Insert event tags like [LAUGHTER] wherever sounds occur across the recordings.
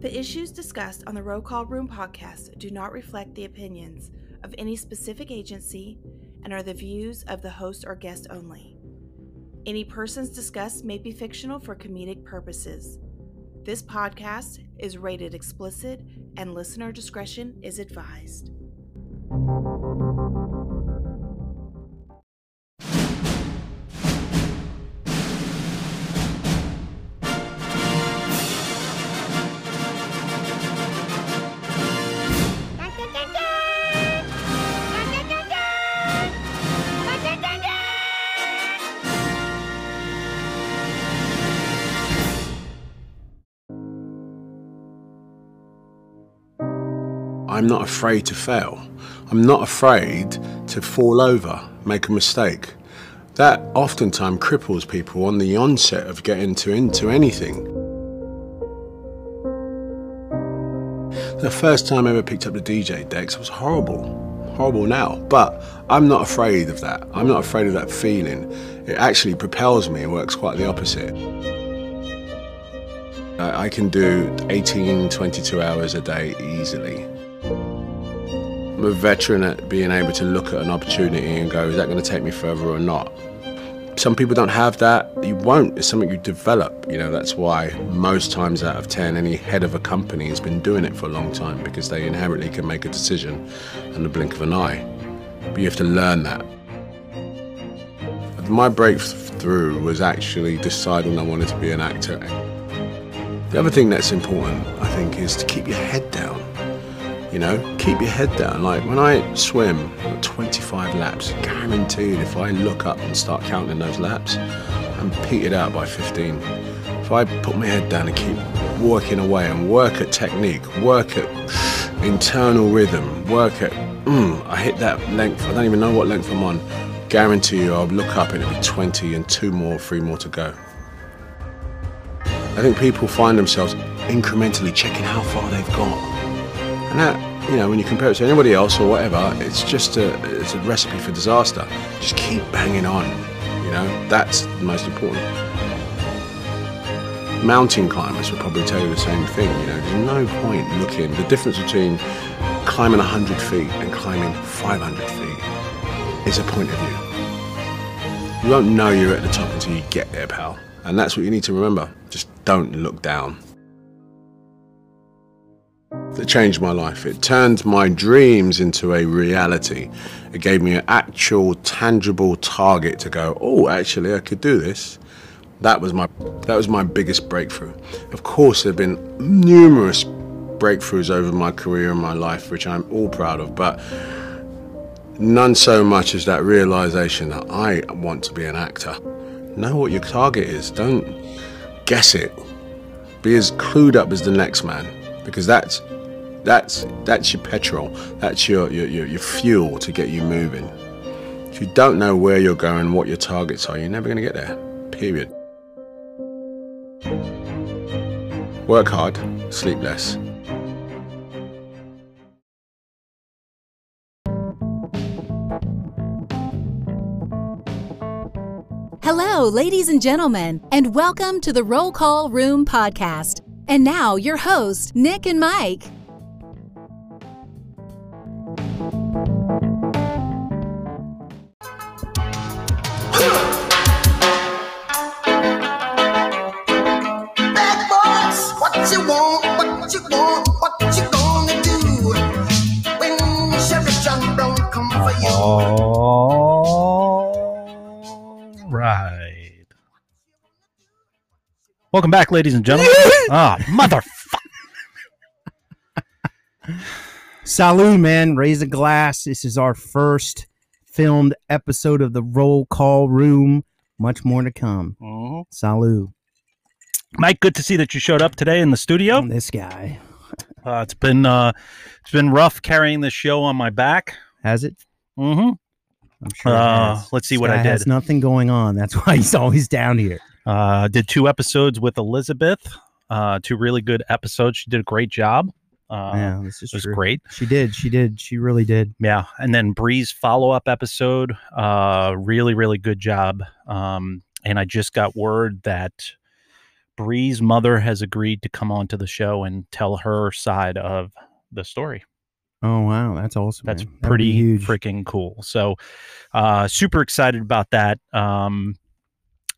The issues discussed on the Roll Call Room podcast do not reflect the opinions of any specific agency and are the views of the host or guest only. Any persons discussed may be fictional for comedic purposes. This podcast is rated explicit and listener discretion is advised. I'm not afraid to fail. I'm not afraid to fall over, make a mistake. That oftentimes cripples people on the onset of getting to into anything. The first time I ever picked up the DJ decks was horrible. Horrible now, but I'm not afraid of that. I'm not afraid of that feeling. It actually propels me. It works quite the opposite. I I can do 18, 22 hours a day easily. I'm a veteran at being able to look at an opportunity and go, is that going to take me further or not? Some people don't have that. You won't. It's something you develop. You know, that's why most times out of 10, any head of a company has been doing it for a long time because they inherently can make a decision in the blink of an eye. But you have to learn that. My breakthrough was actually deciding I wanted to be an actor. The other thing that's important, I think, is to keep your head down you know keep your head down like when i swim 25 laps guaranteed if i look up and start counting those laps i'm petered out by 15 if i put my head down and keep working away and work at technique work at internal rhythm work at mm, i hit that length i don't even know what length i'm on guarantee you i'll look up and it'll be 20 and two more three more to go i think people find themselves incrementally checking how far they've got and that, you know, when you compare it to anybody else or whatever, it's just a, it's a recipe for disaster. Just keep banging on, you know, that's the most important. Mountain climbers would probably tell you the same thing, you know, there's no point looking. The difference between climbing 100 feet and climbing 500 feet is a point of view. You won't know you're at the top until you get there, pal. And that's what you need to remember. Just don't look down. It changed my life. It turned my dreams into a reality. It gave me an actual, tangible target to go, oh, actually, I could do this. That was my that was my biggest breakthrough. Of course, there have been numerous breakthroughs over my career and my life, which I'm all proud of, but none so much as that realization that I want to be an actor. Know what your target is. Don't guess it. Be as clued up as the next man, because that's that's that's your petrol. That's your your, your, your fuel to get you moving. If you don't know where you're going, what your targets are, you're never going to get there. Period. Work hard, sleep less. Hello, ladies and gentlemen, and welcome to the Roll Call Room podcast. And now, your hosts, Nick and Mike. Bad boys, what you want, what you want, what you gonna do when Sheriff John Brown come for you? All right. Welcome back, ladies and [LAUGHS] gentlemen. ah, motherfucker. Salud, man. Raise a glass. This is our first filmed episode of the Roll Call Room. Much more to come. Oh. Salud. Mike, good to see that you showed up today in the studio. This guy Uh, it's been uh, it's been rough carrying this show on my back. has it. Mm-hmm. I'm sure. it Uh, has. let's see This what I guy Has did. nothing going on. That's [LAUGHS] why he's always down here. Uh, did two episodes with Elizabeth. Uh, two really good episodes. She did a great job. Uh, yeah, this is It was true. great. She did. She did. She really did. Yeah, and then Bree's follow-up episode, uh, really, really good job. Um, and I just got word that Bree's mother has agreed to come onto the show and tell her side of the story. Oh wow, that's awesome. That's man. That'd be pretty huge. freaking cool. So, uh, super excited about that. Um,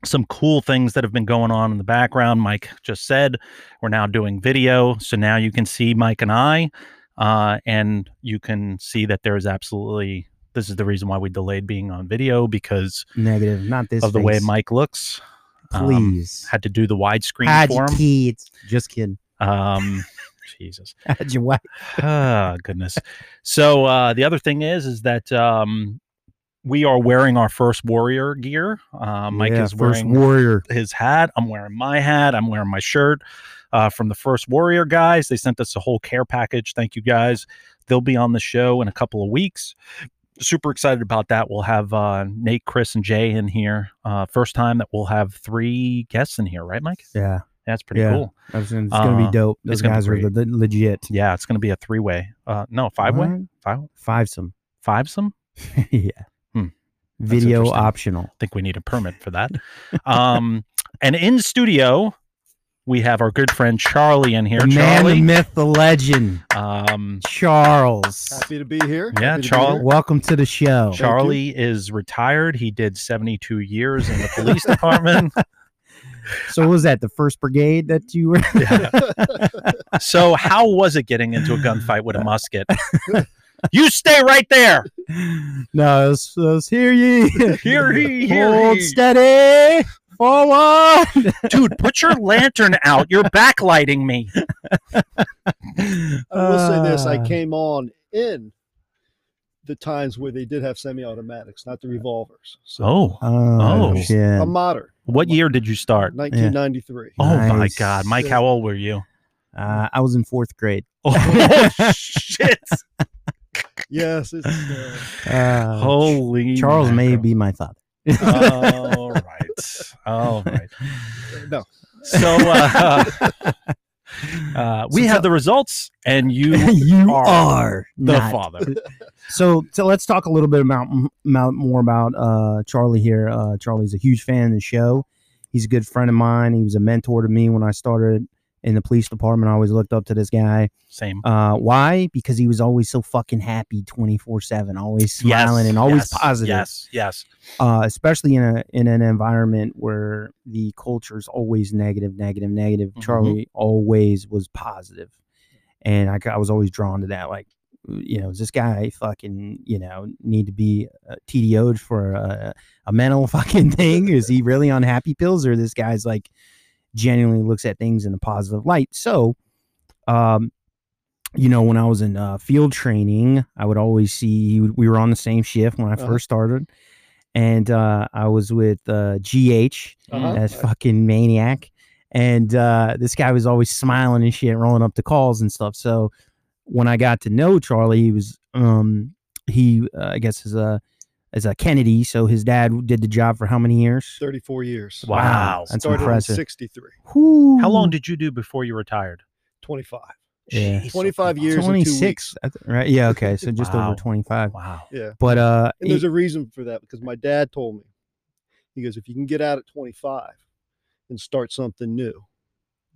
some cool things that have been going on in the background. Mike just said we're now doing video, so now you can see Mike and I, uh, and you can see that there is absolutely this is the reason why we delayed being on video because negative. Not this of the way face. Mike looks. Um, Please. had to do the widescreen Hide for your him. kids. Just kidding. [LAUGHS] Um, [LAUGHS] Jesus. Hide your wife. Ah, goodness. So uh, the other thing is, is that um, we are wearing our first warrior gear. Uh, Mike Yeah, is first wearing warrior. [LAUGHS] his hat. I'm wearing my hat. I'm wearing my shirt uh, from the first warrior guys. They sent us a whole care package. Thank you guys. They'll be on the show in a couple of weeks. Super excited about that. We'll have uh, Nate, Chris, and Jay in here. Uh, first time that we'll have three guests in here, right, Mike? Yeah, That's pretty Yeah. cool. I was gonna- it's gonna Uh, be dope. it's Those gonna be guys are great. le- legit. Yeah, it's going to be a three way. Uh, no, five way, five, Five some. five some. [LAUGHS] yeah. Hmm. Video interesting. optional. think we need a permit for that. um, and in studio, we have our good friend Charlie in here. the man, the Charlie, myth, the legend, um, Charles. Happy to be here. Yeah, Happy to be Charles. here. Welcome to the show. Thank you. Charlie is retired. He did seventy-two years in the police department. So what was that the first brigade that you were? [LAUGHS] Yeah. So, how was it getting into a gunfight with a [LAUGHS] musket? you stay right there. no, it was, it was [LAUGHS] here ye, Here he, here hold he. steady, forward. dude. Put your lantern out. You're backlighting me. I will say this: I Ah. came on in the times where they did have semi-automatics, not the revolvers. So Oh, Oh, Oh. shit. I'm modern. what year did you start? 1993. Oh my Nice. God, Mike, how old were you? Uh, I was in fourth grade. [LAUGHS] Oh shit! Yes, it's uh, [LAUGHS] Uh, Holy Charles may mackerel. be my father. [LAUGHS] all right. All right. no. So uh, [LAUGHS] uh, we So have tell- the results, and [LAUGHS] you [LAUGHS] you are are the not. [LAUGHS] father. So, so let's talk a little bit about, about more about uh, Charlie here. Uh, Charlie's a huge fan of the show. He's a good friend of mine. He was a mentor to me when I started in the police department. I always looked up to this guy. Same. Uh, why? Because he was always so fucking happy, twenty four seven, always smiling Yes, and always yes, positive. Yes. Yes. Uh, especially in a in an environment where the culture is always negative, negative, negative. Mhm. Charlie always was positive, and I, ca- I was always drawn to that. Like, you know, does this guy fucking you know need to be uh, TDO'd for a, a mental [LAUGHS] fucking thing? is he really on happy pills, or this guy's like genuinely looks at things in a positive light? So, um, you know, when I was in uh, field training, I would always see he would- we were on the same shift when I Uh-huh. first started, and uh, I was with uh, GH, Uh-huh. that fucking maniac, and uh, this guy was always smiling and shit, rolling up the calls and stuff. So when I got to know Charlie, he was um he uh, I guess is a is a Kennedy, so his dad did the job for how many years? 34 years. Wow. that's Started in impressive. 63, How long did you do before you retired? 25. Mm. Yeah. Jeez, 25 years and two twenty six? weeks. Right? Yeah. Okay. So just Wow. over twenty five. Wow. Yeah. But uh, And there's a reason for that because my dad told me, he goes, if you can get out at 25 and start something new,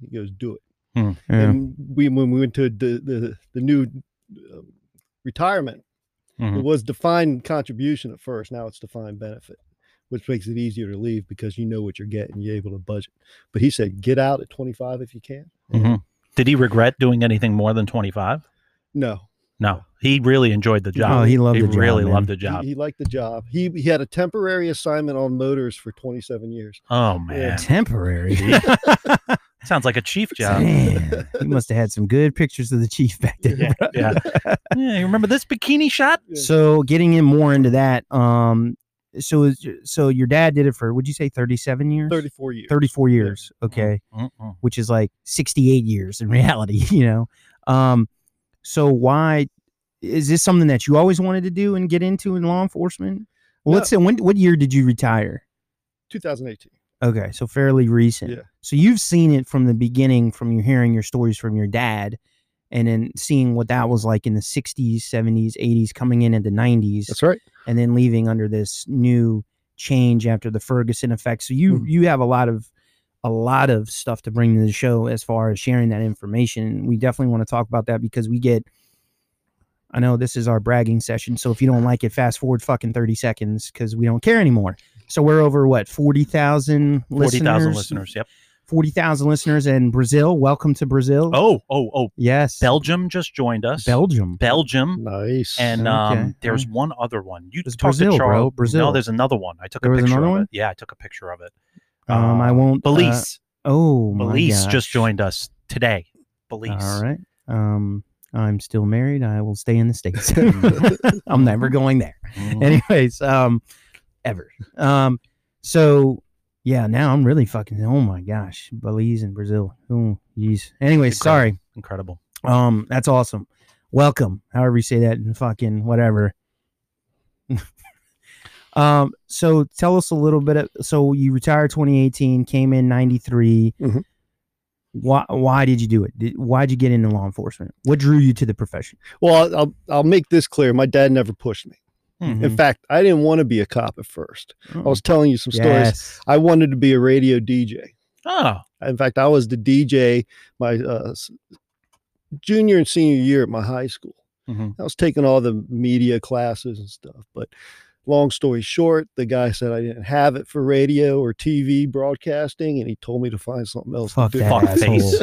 he goes, do it. yeah. And we, when we went to the, the, the new um, retirement, Mhm. it was defined contribution at first. Now it's defined benefit, which makes it easier to leave because you know what you're getting. You're able to budget. But he said, get out at 25 if you can. Mhm. Did he regret doing anything more than twenty five? No, No, he really enjoyed the job. Oh, he loved the job, really man. loved the he, job. he liked the job. He, he had a temporary assignment on motors for 27 years. oh man, temporary. sounds like a chief job. Damn, he must have had some good pictures of the chief back there. Yeah, bro. yeah. yeah. You remember this bikini shot? Yeah. So getting in more into that, um, so is, so your dad did it for would you say thirty seven years? 34 years. Mm-hmm. 34 years, okay, Mm-mm. which is like sixty eight years in [LAUGHS] reality, you know. Um, so why is this something that you always wanted to do and get into in law enforcement? Well, No. let's say when what year did you retire? 2018. Okay, so fairly recent. Yeah. So you've seen it from the beginning, from you hearing your stories from your dad, and then seeing what that was like in the '60s, '70s, '80s, coming in at the '90s, right. and then Mm-hmm. leaving under this new change after the Ferguson effect. So you Mhm. you have a lot of a lot of stuff to bring to the show as far as sharing that information. We definitely want to talk about that because we get. I know this is our bragging session, so if you don't like it, fast forward fucking thirty seconds because we don't care anymore. So we're over what forty thousand Forty thousand listeners. Yep. forty thousand listeners in Brazil. Welcome to Brazil. Oh, oh, oh. yes, Belgium just joined us. Belgium. Belgium. Nice. And Okay. um, there's one other one. You It's talked Brazil, to bro. Charles. Brazil. No, there's another one. I took There a was picture another of one? it. Yeah, I took a picture of it. um, I Uh, won't. uh, Belize. oh, my Belize gosh. just joined us today. Belize. All right. Um, I'm still married. I will stay in the states. [LAUGHS] I'm never going there. Mm. Anyways, um, ever. Um, so yeah, now I'm really fucking. Oh my gosh, Belize and Brazil. Oh, jeez. Anyway, Incredible. sorry. [LAUGHS] Incredible. Um, that's awesome. Welcome, however you say that in fucking whatever. [LAUGHS] um, so tell us a little bit. Of, so you retired 2018, came in 93. Mhm. Why? Why did you do it? Did, why'd you get into law enforcement? What drew you to the profession? well, I'll- I'll I'll make this clear. My dad never pushed me. Hmm. In fact, I didn't want to be a cop at first. I was telling you Oh, some stories. yes. I wanted to be a radio DJ. Oh, In fact, I was the DJ my uh, s- junior and senior year at my high school. Mm-hmm. Mhm. I was taking all the media classes and stuff. But long story short, the guy said I didn't have it for radio or TV broadcasting, and he told me to find something else Fuck to do. that Fuck [LAUGHS] asshole. face.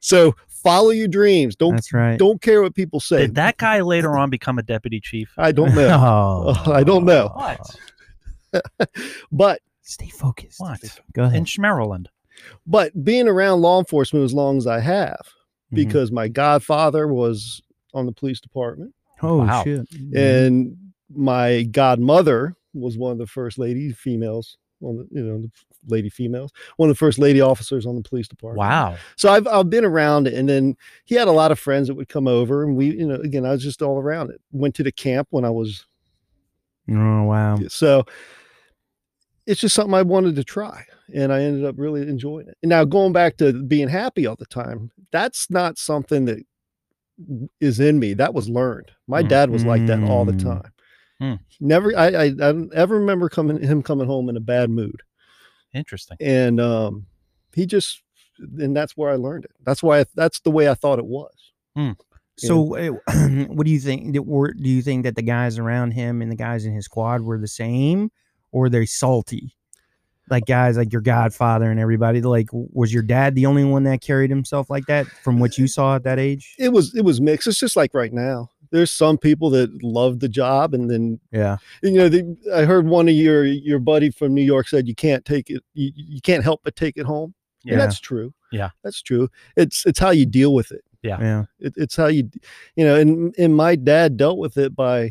So follow your dreams. Don't That's right. [LAUGHS] don't care what people say. did that guy later on become a deputy chief? I [LAUGHS] don't know. Oh, I don't know. What? but Stay focused. What? Go ahead. In Maryland. but being around law enforcement as long as I have, Mhm. because my godfather was on the police department. Oh Wow. shit. and my godmother was one of the first lady females on the you know the lady females one of the first lady officers on the police department Wow. so i've i've been around it and then he had a lot of friends that would come over and we you know again i was just all around it went to the camp when i was Oh wow. so it's just something i wanted to try and i ended up really enjoying it and now going back to being happy all the time that's not something that is in me that was learned my Mm. dad was like that all the Mm. time Mm. never I, I i don't ever remember coming him coming home in a bad mood Interesting. and um he just and that's where i learned it that's why I, that's the way i thought it was Yeah. So, uh, [CLEARS THROAT] what do you think? that were- Do you think that the guys around him and the guys in his squad were the same, or they salty? Like guys like your godfather and everybody. Like, w- was your dad the only one that carried himself like that from what you saw at that age? it was it was mixed it's just like right now there's some people that love the job and then Yeah. you know, the, I heard one of your your buddy from New York said you can't take it, you, you can't help but take it home. Yeah. And that's true. Yeah. that's true. It's it's how you deal with it. Yeah. it it's how you, you know, and and my dad dealt with it by.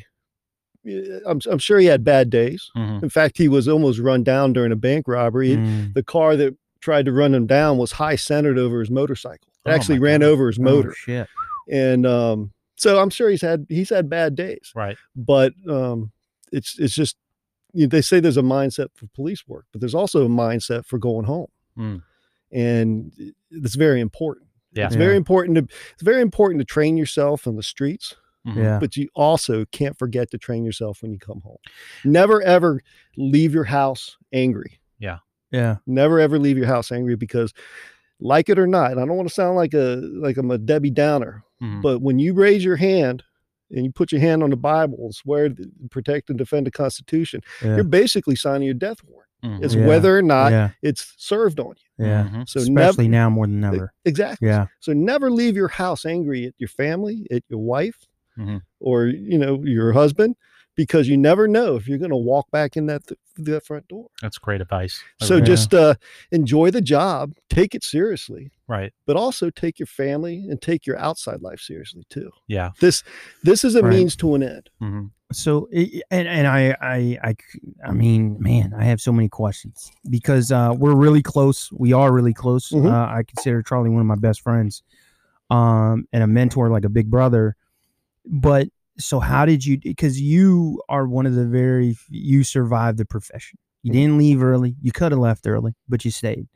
I'm I'm sure he had bad days. Mhm. In fact, he was almost run down during a bank robbery. Mm. The car that tried to run him down was high centered over his motorcycle. It Oh, actually my ran God. over his Oh, motor, shit. and um, so I'm sure he's had he's had bad days Right. but um, it's it's just you know, they say there's a mindset for police work, but there's also a mindset for going home, Mm. and i- it's very important. Yeah. It's very important to it's very important to train yourself on the streets, Mhm. Yeah. but you also can't forget to train yourself when you come home. Never ever leave your house angry. Yeah. Never ever leave your house angry because, like it or not, and I don't want to sound like a like I'm a Debbie Downer, Mm-hmm. Mhm. but when you raise your hand and you put your hand on the Bible and swear to protect and defend the Constitution, Yeah. Mm-hmm. you're basically signing your death warrant. Mhm. It's Yeah. whether or not yeah. it's served on you. Yeah. Mhm. Uh, So Especially never now more than ever. exactly. Yeah. So never leave your house angry at your family, at your wife, Mm-hmm. Mhm. or you know your husband, because you never know if you're going to walk back in that th- that front door. That's great advice. I So really- just uh, enjoy the job, take it seriously, right. but also take your family and take your outside life seriously too. Yeah. This this is a Right. means to an end. Mhm. so it, and and I, I i c- I mean man i have so many questions because uh we're really close we are really close Mhm. uh, i consider charlie one of my best friends um and a mentor like a big brother but so how did you because you are one of the very f- you survived the profession you Mhm. didn't leave early you could have left early but you stayed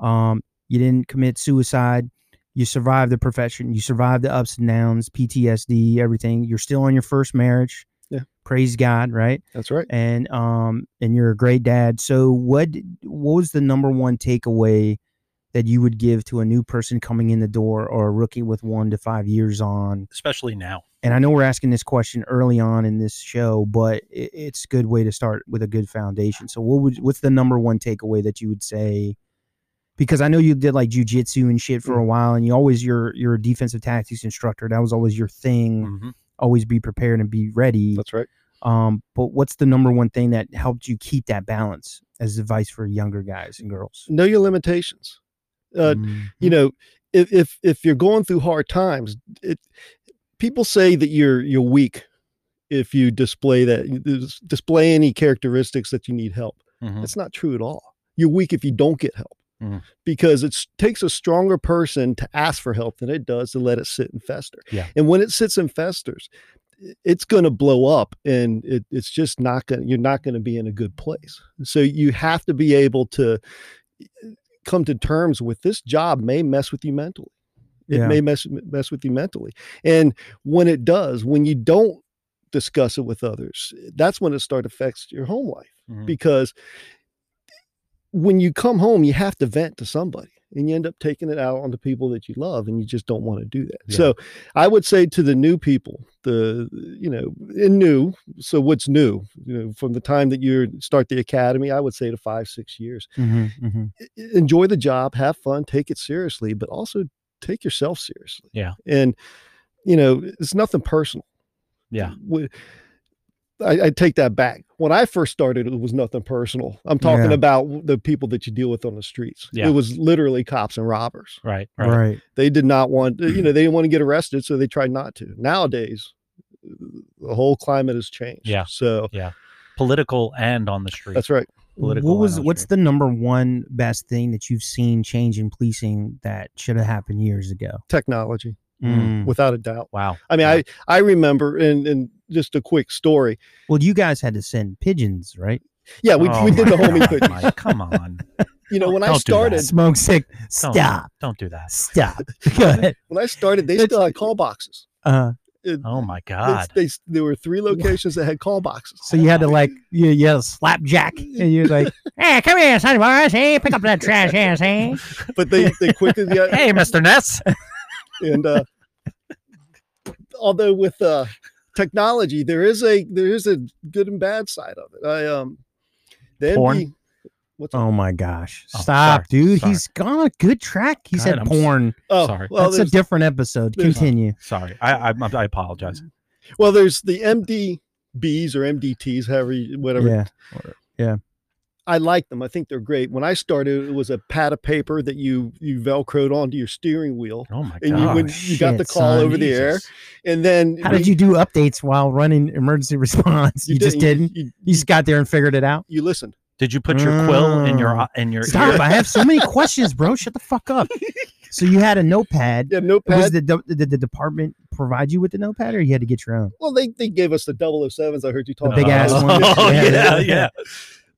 um you didn't commit suicide you survived the profession you survived the ups and downs ptsd everything you're still on your first marriage Yeah. Praise God, right? That's right. And um, and you're a great dad. So what did- what was the number one takeaway that you would give to a new person coming in the door or a rookie with one to five years on especially now. and I know we're asking this question early on in this show, but i- it's a good way to start with a good foundation. So, what would what's the number one takeaway that you would say? Because I know you did like jujitsu and shit for a while, and you always you're you're a defensive tactics instructor. That was always your thing. Mhm. Always be prepared and be ready. That's right. Um, but what's the number one thing that helped you keep that balance as advice for younger guys and girls? Know your limitations. Uh, Mm-hmm. Mm. you know if if if you're going through hard times it people say that you're you're weak if you display that you dis- display any characteristics that you need help Mhm. that's not true at all you're weak if you don't get help Mm. because it takes a stronger person to ask for help than it does to let it sit and fester Yeah. and when it sits and festers i- it's going to blow up and it, it's just not going to you're not going to be in a good place so you have to be able to eh, come to terms with this job may mess with you mentally. It Yeah. may mess mess with you mentally. And when it does, when you don't discuss it with others, that's when it start affects your home life Mhm. because when you come home, you have to vent to somebody and you end up taking it out on the people that you love and you just don't want to do that. Yeah. So I would say to the new people, the you know, in new, so what's new, you know, from the time that you start the academy, I would say to 5 6 years Mhm, mhm. e- enjoy the job, have fun, take it seriously, but also take yourself seriously. Yeah. And you know, it's nothing personal. Yeah. We- I, I take that back. When I first started, it was nothing personal. I'm talking Yeah. about w- the people that you deal with on the streets. Yeah. It was literally cops and robbers. Right, right. Right. They did not want, uh, you know, they didn't want to get arrested, so they tried not to. Nowadays, the whole climate has changed. Yeah. So Political and on the street. that's right. Political what was and what's altruistic. the number one best thing that you've seen change in policing that should have happened years ago? Technology, Mm. without a doubt. wow. I mean, Yeah. I I remember, and and just a quick story. Well, you guys had to send pigeons, right? Yeah, we, Oh we did my the homie God, cookies. Mike, Come [LAUGHS] on. [LAUGHS] You know, when I Don't do that. started, Smoke sick. Don't, Stop. Don't do that. [LAUGHS] Stop. [LAUGHS] Go ahead. when I started, they That's- still had call boxes. Uh, It- Oh my they- God. They, there were three locations that had call boxes. so you had to like you, you had to slap Jack, and you're [LAUGHS] like, "Hey, come here, sonny boys. Hey, pick up that trash, ass. eh?" Hey, but they they quickly got [LAUGHS] Hey, Mr. Ness. and uh, although with uh, technology, there is a there is a good and bad side of it. I um, the Porn? NB what's Oh my gosh! Oh, sorry, Stop, dude. sorry. He's gone a good track. He God, said I'm s- porn. oh, sorry. well, That's a there's, different episode. there's- Continue. Sorry. I, I I apologize. well, there's the MDBs or MDTs, however, you, whatever Yeah. I like them. I think they're great. When I started, it was a pad of paper that you you velcroed onto your steering wheel, Oh my And God. you Oh, would- you got the shit, call son. over the air. and then How did you do updates while running emergency [LAUGHS] response? You, just didn't- didn't. You, you, You just got there and figured it out. you listened. Did you put your quill in your Mm. eye- in your Stop! [LAUGHS] ear? I have so many questions, bro. Shut the fuck up. So you had a notepad. Yeah, Was notepad. the, de- did the department provide you with the notepad, or you had to get your own? well, they, they gave us the 007s. I heard you talking big ass about. oh, [LAUGHS] [LAUGHS] one. yeah, yeah. Yeah.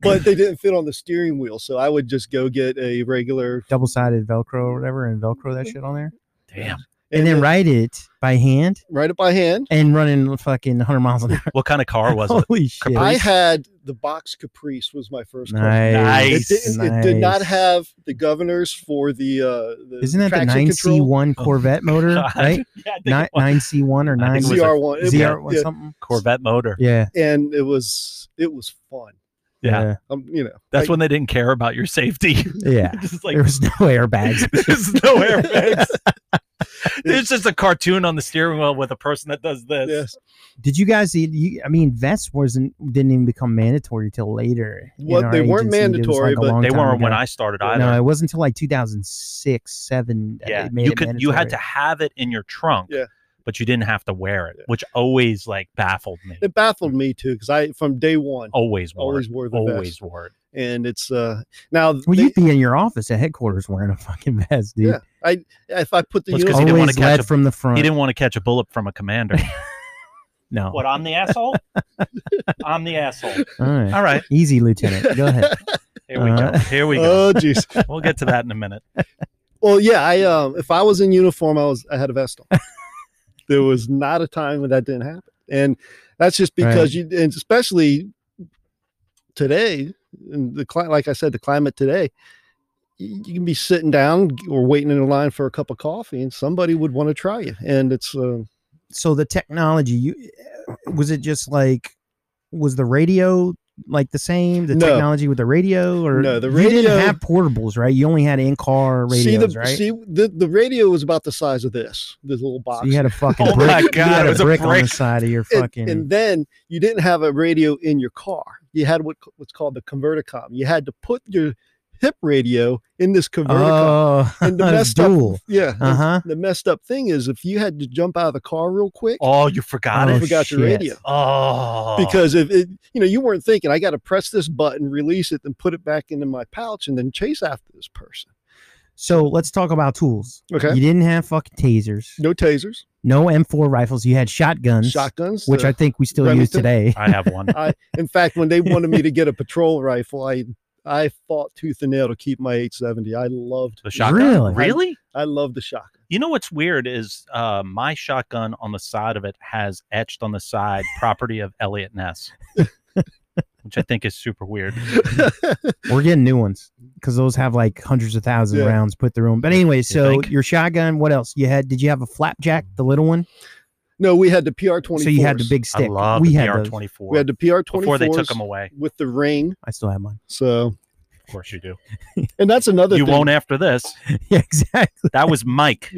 But they didn't fit on the steering wheel, so I would just go get a regular. Double sided Velcro or whatever, and Velcro that shit on there, Damn. and then write it by hand write it by hand. and running fucking 100 miles an hour. What kind of car [LAUGHS] was [LAUGHS] it? Holy shit! I had the box Caprice was my first. car. It, Nice. didn't- it did not nice. have the governors for the. Uh, the Isn't that the traction nine C control? one [LAUGHS] Corvette motor, Oh God. right? Yeah, I think Nine it was. nine C one or I nine think it was a ZR1. It was- ZR one yeah, something? Corvette motor. Yeah, and it was it was fun. Yeah. Um, you know, That's like, when they didn't care about your safety. [LAUGHS] yeah. just like there was no [LAUGHS] [LAUGHS] airbags. [LAUGHS] there's [LAUGHS] no airbags. It's just a cartoon on the steering wheel with a person that does this. yes, Did you guys? You, I mean, vets wasn't didn't even become mandatory till later. in Well, our they weren't agency. It was, mandatory, a but- long They time weren't when ago. I started either. No, it wasn't until like 2006, seven. that yeah, they made you it could you had to mandatory. have it in your trunk. Yeah. But you didn't have to wear it, Yeah. which always like baffled me. it baffled me too because I from day one Always wore always it. wore the Always vest, wore it. and it's uh now Well, they- you'd be in your office at headquarters wearing a fucking vest, dude. Yeah, if I put the That's 'cause uniform, he didn't wanna Always catch led a- from the front. He didn't want to catch a bullet from a [LAUGHS] commander. no. what? I'm the [LAUGHS] asshole. I'm the asshole. All right. All right, Easy, Lieutenant. [LAUGHS] Go ahead. here we go. Uh, Here we go. oh jeez. [LAUGHS] We'll get to that in a minute. well, yeah, I [LAUGHS] um if I was in uniform, I was I had a vest on. there was not a time when that didn't happen, and that's just Right. because you and especially today and the cli- like i said the climate today y- you can be sitting down or waiting in a line for a cup of coffee and somebody would want to try you and it's uh, so the technology you was it just like was the radio like the same the No. technology with the radio or No, the you radio- didn't have portables right you only had in-car radios see the right see the, the radio was about the size of this this little box so you had a fucking Oh brick, my you God, had it was a brick on the brick. side of your and, fucking and then you didn't have a radio in your car. You had what what's called the converticom. You had to put your hip radio in this converticom. oh [LAUGHS] and the messed [LAUGHS] dual up, yeah. and Uh-huh. The messed up thing is if you had to jump out of the car real quick, Oh, you forgot Oh, you it. forgot your shit. radio. Oh, Because if it, you know, you weren't thinking, I got to press this button, release it, then put it back into my pouch, and then chase after this person. so let's talk about tools Okay, you didn't have fucking tasers no tasers, no m4 rifles you had shotguns shotguns, which the- i think we still use Remington. today I have [LAUGHS] one. I, in fact, when they wanted me to [LAUGHS] get a patrol rifle, I I fought tooth and nail to keep my 870. I loved The shotgun. Really? really? I love the shotgun. You know what's weird is uh, my shotgun on the side of it has etched on the side property of Elliot Ness, which I think is super weird. We're getting new ones because those have like hundreds of thousands of Yeah. rounds put through them. But anyway, so think? your shotgun, what else? You had? Did you have a flapjack, the little one? [LAUGHS] no, we had the PR 24. So you had the big I stick. love we the had PR those. twenty four. We had the PR 24 Before they took them away, with the ring. I still have mine. [LAUGHS] So, of course you do. and that's another You Oh, thing. won't after this. yeah, exactly. That was Mike.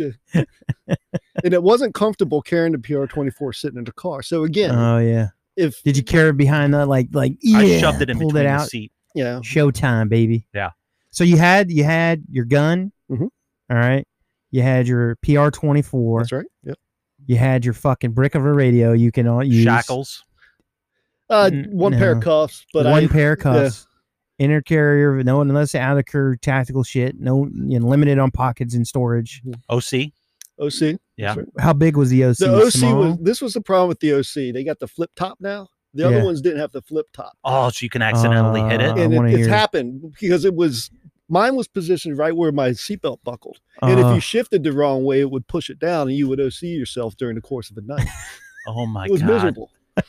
and it wasn't comfortable carrying the PR 24 sitting in the car. So again, Oh yeah. if Did you carry it behind that? Like like yeah. I shoved it in pulled between it the out. seat. yeah, Showtime, baby. Yeah. So you had you had your gun. Mhm. All right. You had your PR twenty four. that's right. Yep. You had your fucking brick of a radio. You can all use Shackles. Uh, Mm, one pair no. of cuffs, but one I, pair of cuffs, inner carrier, no unless outer carrier tactical shit, no you know, limited on pockets and storage. OC. OC. that's Yeah. right. How big was the OC? The OC Small? was this was the problem with the OC. They got the flip top now. The other Yeah. ones didn't have the flip top. Oh, so you can accidentally hit Uh, I it. and wanna it, it's hear it. happened because it was mine was positioned right where my seatbelt buckled, and if Uh, you shifted the wrong way, it would push it down, and you would OC yourself during the course of the night. Oh my it was god. miserable. [LAUGHS]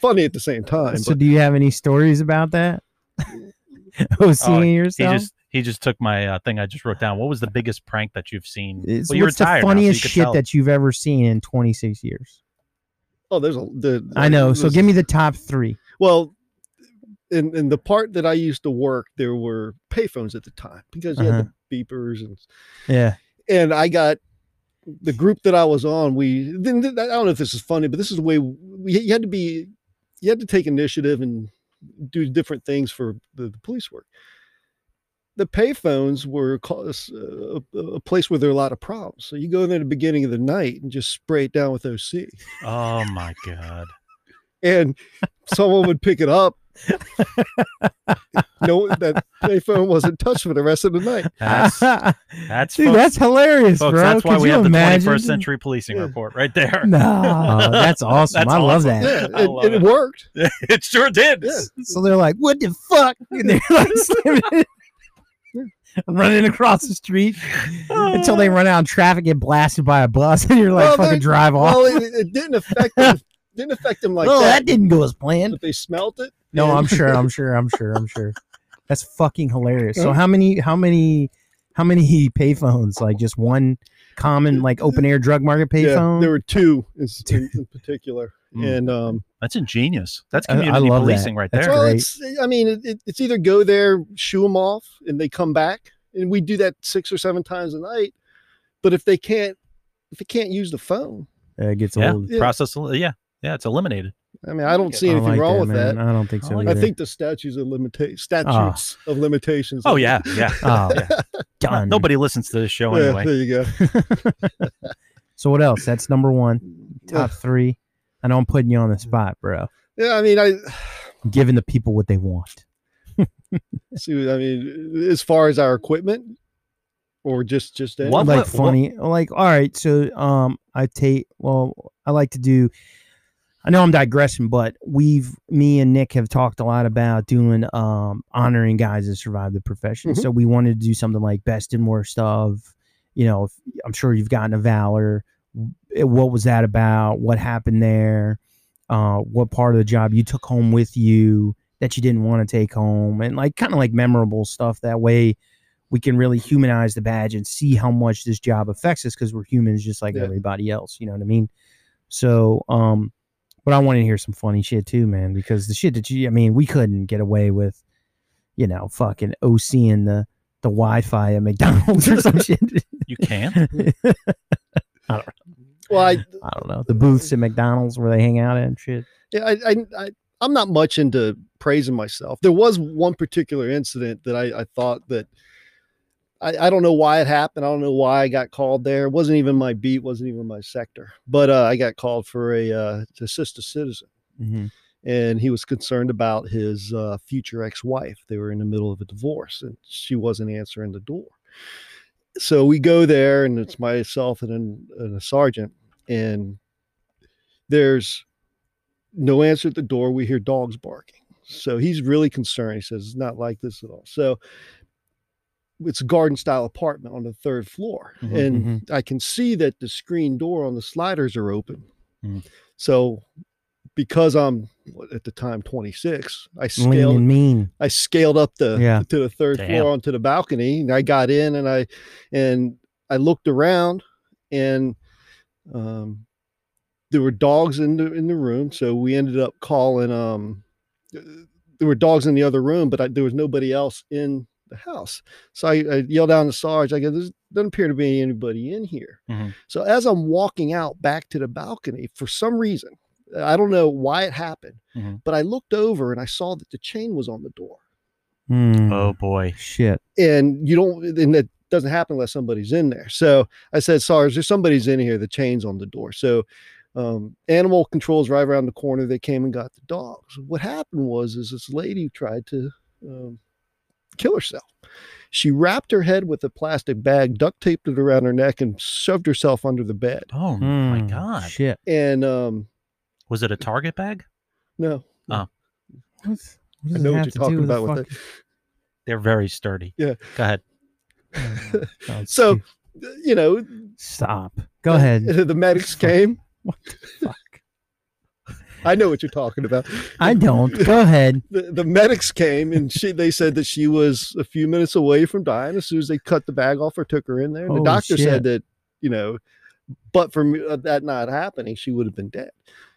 Funny at the same time. so But do you have any stories about that? [LAUGHS] OCing Oh, He yourself? just he just took my uh, thing I just wrote down. What was the biggest prank that you've seen? It's- well, you what's the retired now, so you funniest could shit tell. that you've ever seen in 26 years? oh, there's a the, I know. So there's- give me the top three. well. In, in the part that I used to work, there were payphones at the time because you Uh-huh. had the beepers and Yeah. and I got the group that I was on. We then I don't know if this is funny, but this is the way we, you had to be. You had to take initiative and do different things for the, the police work. The payphones were ca- s- uh, a, a place where there are a lot of problems. So you go there at the beginning of the night and just spray it down with OC, Oh my [LAUGHS] god. [LAUGHS] and someone would pick it up. no, that payphone wasn't touched for the rest of [LAUGHS] the night. [LAUGHS] That's that's that's Dude, folks- that's hilarious, Folks, bro. that's why Could we you have the imagine? 21st [LAUGHS] century policing Yeah. report right there. No, [LAUGHS] that's awesome. That's I love awesome. that. Yeah, I and, love and it. it worked. [LAUGHS] it sure did. Yeah. So they're like, "What the fuck?" [LAUGHS] And they're like slamming it. [LAUGHS] running across the street until they run out of traffic, get blasted by a bus, [LAUGHS] and you're like, Well, "Fucking they- drive off." Well, it, it [LAUGHS] didn't affect them. Didn't affect them like oh, that. that. didn't go as planned. But they smelt it. No, and- I'm sure. [LAUGHS] I'm sure. I'm sure. I'm sure. That's fucking hilarious. So Yeah. how many? How many? How many [LAUGHS] payphones? Like just one common like open air drug market [LAUGHS] Yeah, payphone. there were two in, in, in particular, Mm. and um, That's ingenious. That's I- I community love that. policing right That's there. well, great. it's I mean, it, it, it's either go there, shoo them off, and they come back, and we do that six or seven times a night. But if they can't, if they can't use the phone, Uh, it gets Yeah. old. Yeah. Process. Yeah. Yeah. It's eliminated. I mean, I don't see I anything like wrong with man. that. I don't think so. I like I either. Ah. think the statutes of limita- statutes of limitations. Oh [LAUGHS] [LAUGHS] yeah. Yeah. Oh, Yeah. done. Nobody listens to this show Yeah, anyway. [LAUGHS] there you go. So what else? That's number one. Top three. I know I'm putting you on the spot, bro. Yeah, I mean, I I'm giving the people what they want. see. I mean, as far as our equipment, or just just any- What- like what- funny. Like, all right, so um I take well, I like to do I know I'm digressing, but we've me and Nick have talked a lot about doing um honoring guys that survived the profession. Mhm. So we wanted to do something like best and worst of, you know, if- I'm sure you've gotten a valor eh, what was that about? What happened there? Uh, what part of the job you took home with you that you didn't want to take home? And like kind of like memorable stuff. That way we can really humanize the badge and see how much this job affects us because we're humans just like Yeah. everybody else. You know what I mean? So, um, but I want to hear some funny shit too, man, because the shit that you, I mean, we couldn't get away with, you know, fucking OCing the, the Wi-Fi at McDonald's or some shit. You can't. [LAUGHS] I Well, I, don't know. The booths at McDonald's where they hang out and shit. Yeah, I, I, I, I'm not much into praising myself. There was one particular incident that I, I thought that I, I don't know why it happened. I don't know why I got called there. It wasn't even my beat, wasn't even my sector, but uh, I got called for a uh, to assist a citizen, Mm-hmm. and he was concerned about his uh, future ex-wife. They were in the middle of a divorce, and she wasn't answering the door. So we go there, and it's myself and, an- and a sergeant, and there's no answer at the door. We hear dogs barking. So he's really concerned. He says, It's not like this at all. So it's a garden style apartment on the third floor. Mhm, and I can see that the screen door on the sliders are open. Mm. So because I'm what, at the time 26, I Lean scaled and mean. I scaled up the Yeah. to the third Damn. floor onto the balcony, and I got in and I and I looked around, and um, there were dogs in the in the room, so we ended up calling. Um, th- there were dogs in the other room, but I, there was nobody else in the house. So I, I yelled down to Sarge. I go, "There doesn't appear to be anybody in here." Mhm. So as I'm walking out back to the balcony, for some reason, I don't know why it happened, Mhm. but I looked over and I saw that the chain was on the door Mm. Oh boy. shit. and you don't and that doesn't happen unless somebody's in there so i said sarge there's somebody's in here the chain's on the door so um, animal controls right around the corner they came and got the dogs what happened was is this lady tried to um, kill herself she wrapped her head with a plastic bag duct taped it around her neck and shoved herself under the bed Oh my Mm. god. Shit. and um Was it a target bag? no What's, what i does it know have what you're to do talking with the about with fuck- it They're very sturdy. Yeah. Go ahead. Oh, [LAUGHS] God, So, dude, you know stop. Go ahead. [LAUGHS] the medics came What the fuck? i know what you're talking about I don't. [LAUGHS] Go ahead. the, the medics came and she they said that she was a few minutes away from dying as soon as they cut the bag off or took her in there. And the Oh, doctor shit. said that, you know, but for me, uh, that not happening, she would have been dead.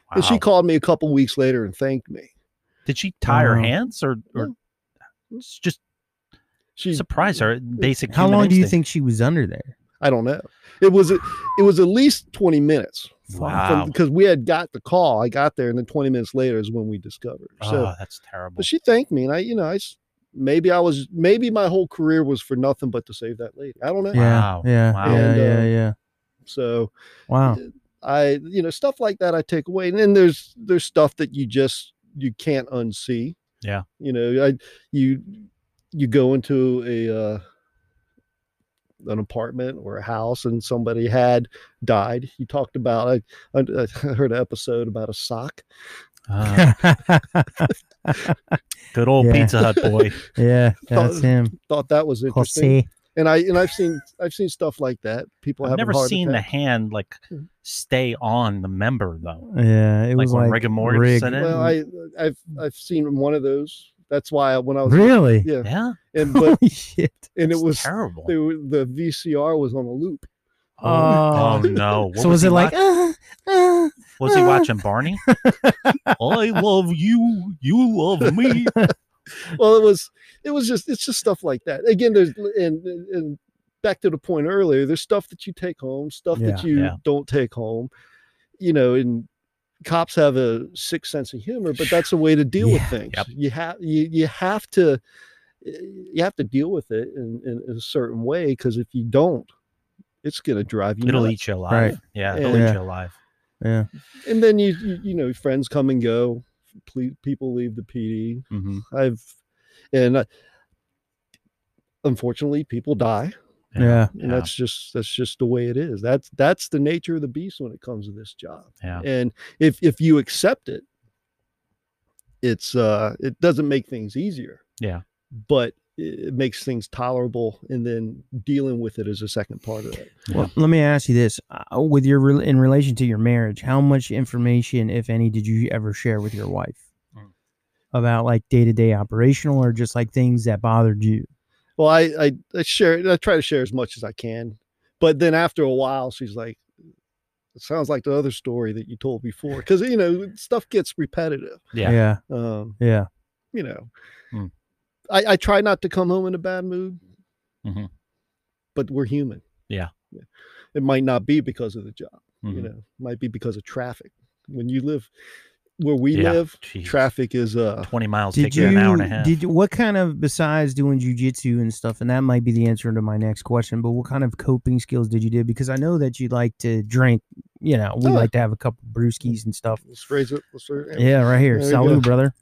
Wow. And she called me a couple weeks later and thanked me. Did she tie her Wow. hands or or it's just She, surprise her? Basic. How human long do you instinct. think she was under there? I don't know. It was it was at least twenty minutes Wow. because we had got the call. I got there, and then twenty minutes later is when we discovered. her. So, oh, that's terrible. but she thanked me, and I, you know, I s- maybe I was maybe my whole career was for nothing but to save that lady. I don't know. Yeah. Wow. Yeah. Wow. Yeah. And, yeah. um, Yeah. So uh, Wow. I you know stuff like that I take away, and then there's there's stuff that you just you can't unsee. Yeah. you know, I you you go into a uh, an apartment or a house, and somebody had died. You talked about I, I, I heard an episode about a sock. Ah, good old Yeah. Pizza Hut boy. [LAUGHS] yeah. That's him. Thought that was interesting, Jose. and I and I've seen I've seen stuff like that. People I've have never seen the hand like Mhm. stay on the member though. Yeah. It Like was when like Rick and Morty rigged. said it? Well, I I've I've seen one of those. That's why I, when I was Really? [LAUGHS] yeah, Yeah. and [LAUGHS] but Holy shit. and it it's was terrible. they were, the VCR was on a loop. oh Oh. [LAUGHS] no. What so was he it like? watch- Uh, uh, was he uh." watching [LAUGHS] Barney? I love you. You love [LAUGHS] me. well, it was it was just it's just stuff like that. Again, there's and and- and back to the point earlier, there's stuff that you take home, stuff that Yeah, you yeah. don't take home. You know, and cops have a sick sense of humor, but that's a way to deal Yeah, with things. yep. You have you you have to you have to deal with it in, in, in a certain way because if you don't, it's gonna drive you. It'll nuts. eat you alive. Right. Yeah, it'll Yeah. eat you alive. Yeah. and then you, you you know friends come and go ple- people leave the pd hmm i've and uh, unfortunately people die Yeah. and that's just that's just the way it is that's that's the nature of the beast when it comes to this job Yeah. and if if you accept it it's uh it doesn't make things easier Yeah. but it makes things tolerable and then dealing with it is a second part of it Well, let me ask you this: uh, with your rel- in relation to your marriage, how much information, if any, did you ever share with your wife Mm. about like day to day operational, or just like things that bothered you? well I, I i share i try to share as much as i can but then after a while she's like it sounds like the other story that you told before because you know stuff gets repetitive Yeah. yeah, um yeah. you know Mm. I, I try not to come home in a bad mood Mhm. but we're human Yeah. Yeah. it might not be because of the job you Mhm. know might be because of traffic when you live where we Yeah, live jeez. traffic is uh 20 miles Did take you, you an hour and a half. Did you- what kind of besides doing jujitsu and stuff, and that might be the answer to my next question. But what kind of coping skills did you do? Because I know that you like to drink. You know, we Oh. like to have a couple brewskis and stuff. let's raise it let's raise [LAUGHS] it. Yeah, right here. There you go. Salud, brother.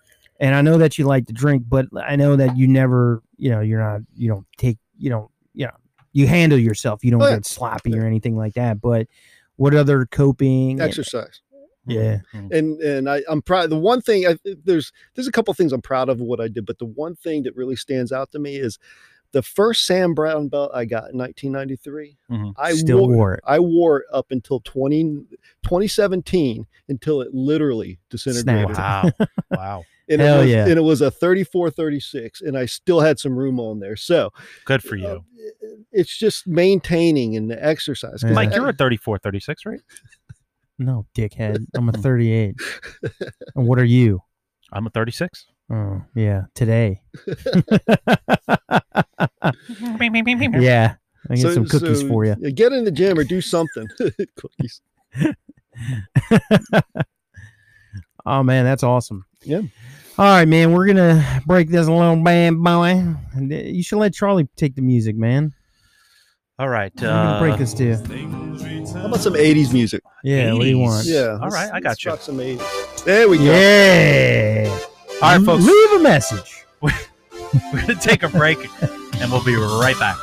And I know that you like to drink, but I know that you never, you know, you're not, you don't take, you don't, you know, you handle yourself. You don't Oh, yeah. get sloppy or anything like that. But what other coping? exercise Mm-hmm. Yeah. and and I, I'm proud. The one thing I, there's there's a couple things I'm proud of what I did, but the one thing that really stands out to me is the first Sam Brown belt I got in 1993. Mhm. I Still wore, wore it. I wore it up until 20 2017 until it literally disintegrated. Snapped. [LAUGHS] Wow. wow. And, it Hell was, yeah. and it was a 34 36, and I still had some room on there. So Good for uh, you. it's just maintaining and the exercise. 'cause Mike, I- you're a 34, 36, right? No, dickhead. I'm [LAUGHS] a 38. and what are you? I'm a 36. Oh, yeah, today. [LAUGHS] yeah. yeah. I get some cookies so for you. Get in the gym or do something. [LAUGHS] cookies. oh man, that's awesome. Yeah. All right, man. We're gonna break this little bad boy. And, uh, You should let Charlie take the music, man. All right. We're gonna break uh, this too. How about some 80s music? Yeah, what do you 80s. want? Yeah. All right, I got you. Some 80s. There we go. Yeah. All right, uh, folks. Leave a message. [LAUGHS] We're going to take a break and we'll be right back.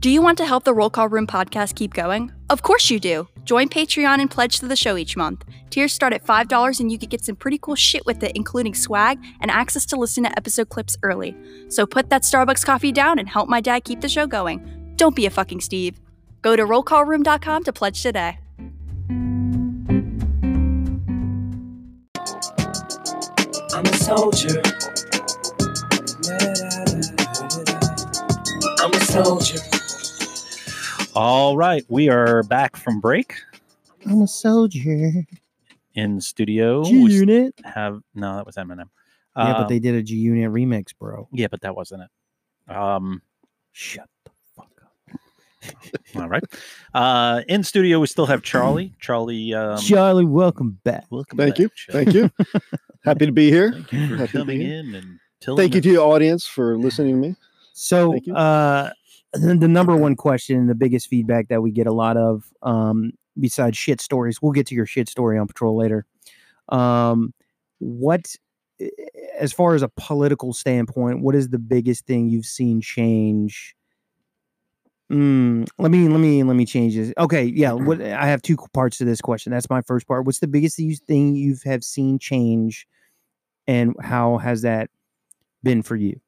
Do you want to help the Roll Call Room podcast keep going? Of course you do. Join Patreon and pledge to the show each month. Tiers start at $5 and you could get some pretty cool shit with it, including swag and access to listen to episode clips early. So put that Starbucks coffee down and help my dad keep the show going. Don't be a fucking Steve. Go to rollcallroom.com to pledge today. I'm a soldier. I'm a soldier. All right. We are back from break I'm a soldier. in studio. G We Unit. have, no, that was Eminem. Oh, yeah, but Um, they did a G Unit remix, bro. Yeah, but that wasn't it. Um, Shut the fuck up. all right. Uh, in studio, we still have [CLEARS THROAT] Charlie. Charlie, um, Charlie, welcome back. welcome. Thank back, you. Charlie. [LAUGHS] Thank you. Happy to be here. Thank you for Happy to coming be here. in and telling Thank you us- to your audience for listening to me. So, Thank you. uh, the the number one question, the biggest feedback that we get a lot of, um, besides shit stories, we'll get to your shit story on patrol later. Um, what, eh, as far as a political standpoint, what is the biggest thing you've seen change? Mm, let me let me let me change this. Okay, yeah. Mm-hmm. What I have two parts to this question. That's my first part. What's the biggest you- thing you have seen change, and how has that been for you?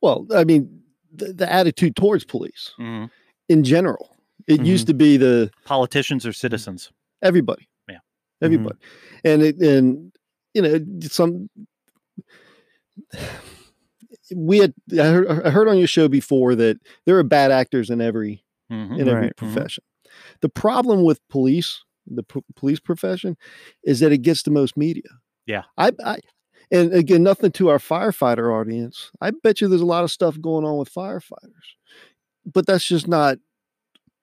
Well, I mean, the, the attitude towards police Mhm. in general. It Mm-hmm. used to be the politicians or citizens. everybody. Yeah. Mm-hmm. Everybody. And it and you know, it's some we had I heard, I heard on your show before that there are bad actors in every Mhm. in every Right. Mhm. profession. The problem with police, the p- police profession, is that it gets the most media. Yeah. I, I, and again, nothing to our firefighter audience. I bet you there's a lot of stuff going on with firefighters, but that's just not